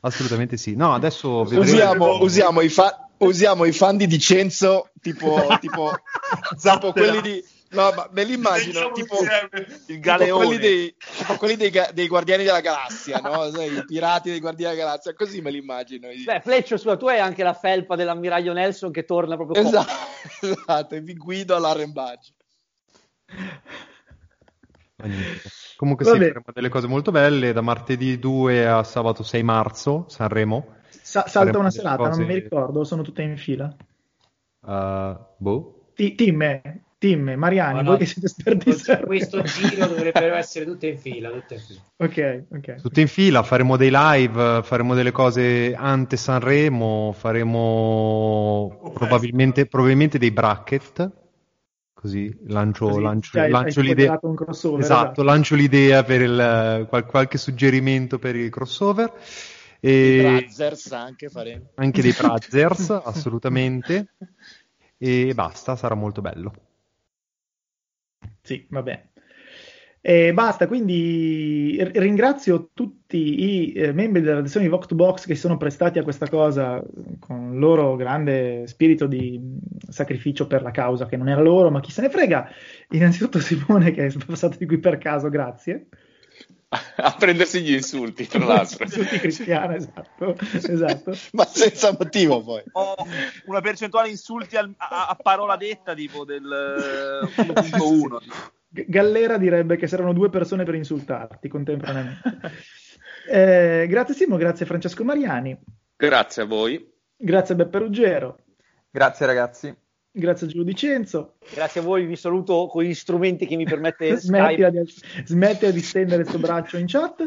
D: Assolutamente sì. No, adesso vedremo.
C: Usiamo, usiamo i fa- usiamo i fan di Dicenzo, tipo, tipo, tipo quelli di... No, ma me li immagino,
G: Leggiamo
C: tipo,
G: insieme.
K: Il
C: Diciamo tipo quelli,
K: galeone.
C: dei, tipo quelli dei, ga- dei Guardiani della Galassia, no? Sai, I pirati dei Guardiani della Galassia, così me li immagino. i-
B: Beh, Fleccio, scusa, tu hai anche la felpa dell'ammiraglio Nelson che torna proprio con-
C: Esatto, esatto, e vi guido all'arrembaggio.
D: Magnifico. Comunque sì,
A: Vabbè.
D: faremo delle cose molto belle, da martedì 2 a sabato 6 marzo, Sanremo.
A: Sa- salta
D: Faremo
A: una
D: delle
A: serata,
D: cose-
A: non mi ricordo, sono tutte in fila.
D: eh, boh.
A: Ti- Timme, Timme, Mariani, voi che siete esperti di Sanremo.
H: Questo giro dovrebbero essere tutte in fila, tutte in fila.
A: Ok, ok.
D: Tutte in fila, faremo dei live, faremo delle cose ante Sanremo, faremo probabilmente, probabilmente dei bracket. Così lancio,
A: Così,
D: lancio-
A: cioè, hai
D: lancio l'idea.
A: spoilerato un crossover,
D: esatto,
A: esatto.
D: lancio l'idea per il, qual- qualche suggerimento per il crossover.
C: I
D: E
C: Brazzers anche faremo.
D: anche dei Brazzers, assolutamente. E basta, sarà molto bello.
A: Sì, va bene. E basta, quindi r- ringrazio tutti i eh, membri della redazione di Vox to Box che si sono prestati a questa cosa eh, con il loro grande spirito di mh, sacrificio per la causa che non era loro, ma chi se ne frega. Innanzitutto Simone che è passato di qui per caso, grazie.
I: a prendersi gli insulti, tra l'altro.
A: Tutti Cristiana, esatto, esatto.
C: Ma senza motivo poi.
K: Ho una percentuale insulti al- a, a parola detta tipo del eh, 1.1.
A: G- Gallera direbbe che c'erano due persone per insultarti contemporaneamente. Eh, grazie Simo, grazie Francesco Mariani,
I: Grazie a voi.
A: grazie Beppe Ruggero.
J: Grazie ragazzi.
A: Grazie Giulio Dicenzo.
B: Grazie a voi, vi saluto con gli strumenti che mi permette
A: Smettila
B: Skype.
A: di, smettila di stendere sto braccio in chat.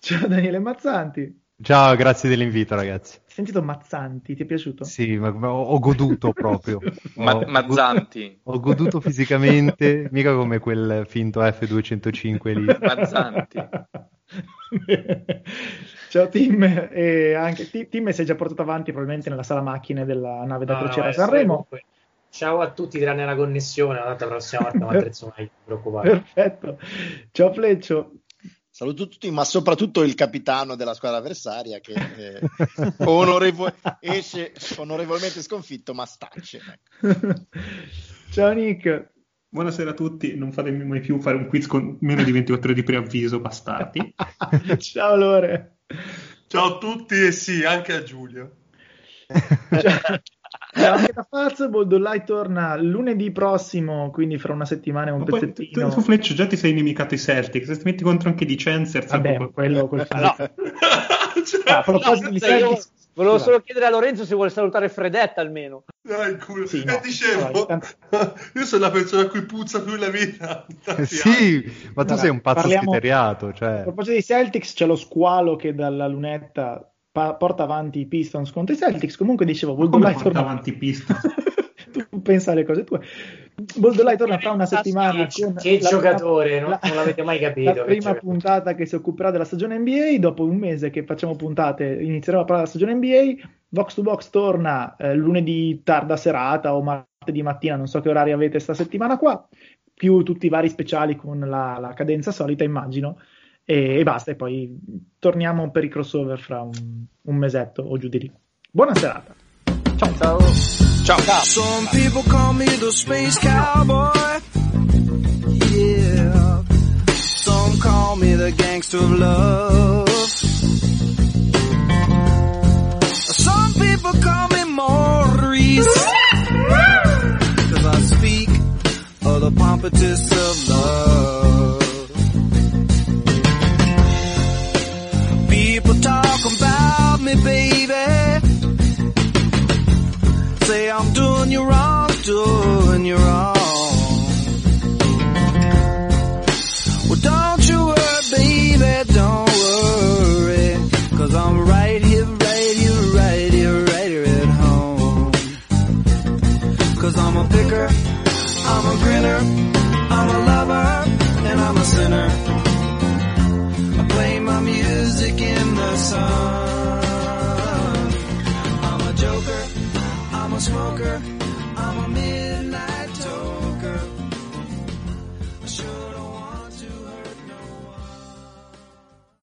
A: Ciao Daniele Mazzanti. Hai
D: Ciao, grazie dell'invito, ragazzi.
A: sentito Mazzanti? Ti è piaciuto?
D: Sì, ma- ma ho, ho goduto proprio.
I: Ma-
D: Ho-
I: Mazzanti.
D: Ho goduto fisicamente, mica come quel finto F205 lì.
I: Mazzanti.
A: Ciao Tim. E anche Ti- Tim si è già portato avanti probabilmente nella sala macchine della nave da
F: Ah,
H: No,
A: crociera
H: no, eh,
A: Sanremo.
H: comunque, Ciao a tutti, tranne la connessione. Tanto la prossima volta mi attrezzo meglio, non preoccupare.
A: Perfetto. Ciao Fleccio.
C: Saluto tutti, ma soprattutto il capitano della squadra avversaria che eh, onorevo- esce onorevolmente sconfitto, ma stacce. ecco.
A: Ciao Nick.
F: Buonasera a tutti, non fatemi mai più fare un quiz con meno di 24 ore di preavviso, bastardi.
A: Ciao Lore.
G: Ciao a tutti e sì, anche a Giulio.
A: Ciao anche da Faz, Boldollai torna lunedì prossimo, quindi fra una settimana e un
F: Ma poi tu,
A: pezzettino.
F: tu, Fleccio, già ti sei inimicato i Celtic, se ti metti contro anche di Censers...
A: Vabbè, ma quello col
F: No.
G: Cioè,
A: A proposito di
B: Sai, io
A: Celtics,
B: volevo
A: scusa.
B: solo chiedere a Lorenzo se vuole salutare Fredetta almeno.
G: Dai, culo.
A: Sì,
G: Eh,
A: no.
G: dicevo,
A: Allora,
G: io sono la persona a cui puzza più la vita. di tanti anni.
D: Eh, Sì, ma tu
A: Allora,
D: sei un pazzo
A: parliamo-
D: scriteriato, cioè.
A: A proposito dei Celtics, c'è lo squalo che dalla lunetta pa- porta avanti i Pistons contro i Celtics. Comunque dicevo,
F: Come
A: Boldollai
F: porta
A: torna.
F: avanti pista?
A: tu pensa alle cose tue. Boldollai torna fra una settimana.
H: Che-
A: con
H: che
A: la-
H: giocatore, non- non l'avete mai capito,
A: La
H: che
A: prima
H: giocatore.
A: puntata che si occuperà della stagione NBA. Dopo un mese che facciamo puntate, inizieremo a parlare della stagione NBA. Vox to Box torna eh, lunedì tarda serata o martedì mattina, non so che orari avete sta settimana qua. Più tutti i vari speciali con la, la cadenza solita, immagino. E, e basta, e poi torniamo per i crossover fra un, un mesetto o giù di lì. Buona serata.
I: Ciao.
L: Some people call me the space cowboy. Yeah. Some call me the gangster of love. Some people call me Maurice. Cause I speak of the pompous of love. People talk about me, baby say I'm doing you wrong, doing you wrong. Well, don't you worry, baby, don't worry. Cause I'm right here, right here, right here, right here at home. Cause I'm a picker, I'm a grinner, I'm a lover, and I'm a sinner. I play my music in the sun. I'm a joker. I'm a smoker. I'm a midnight toker. I sure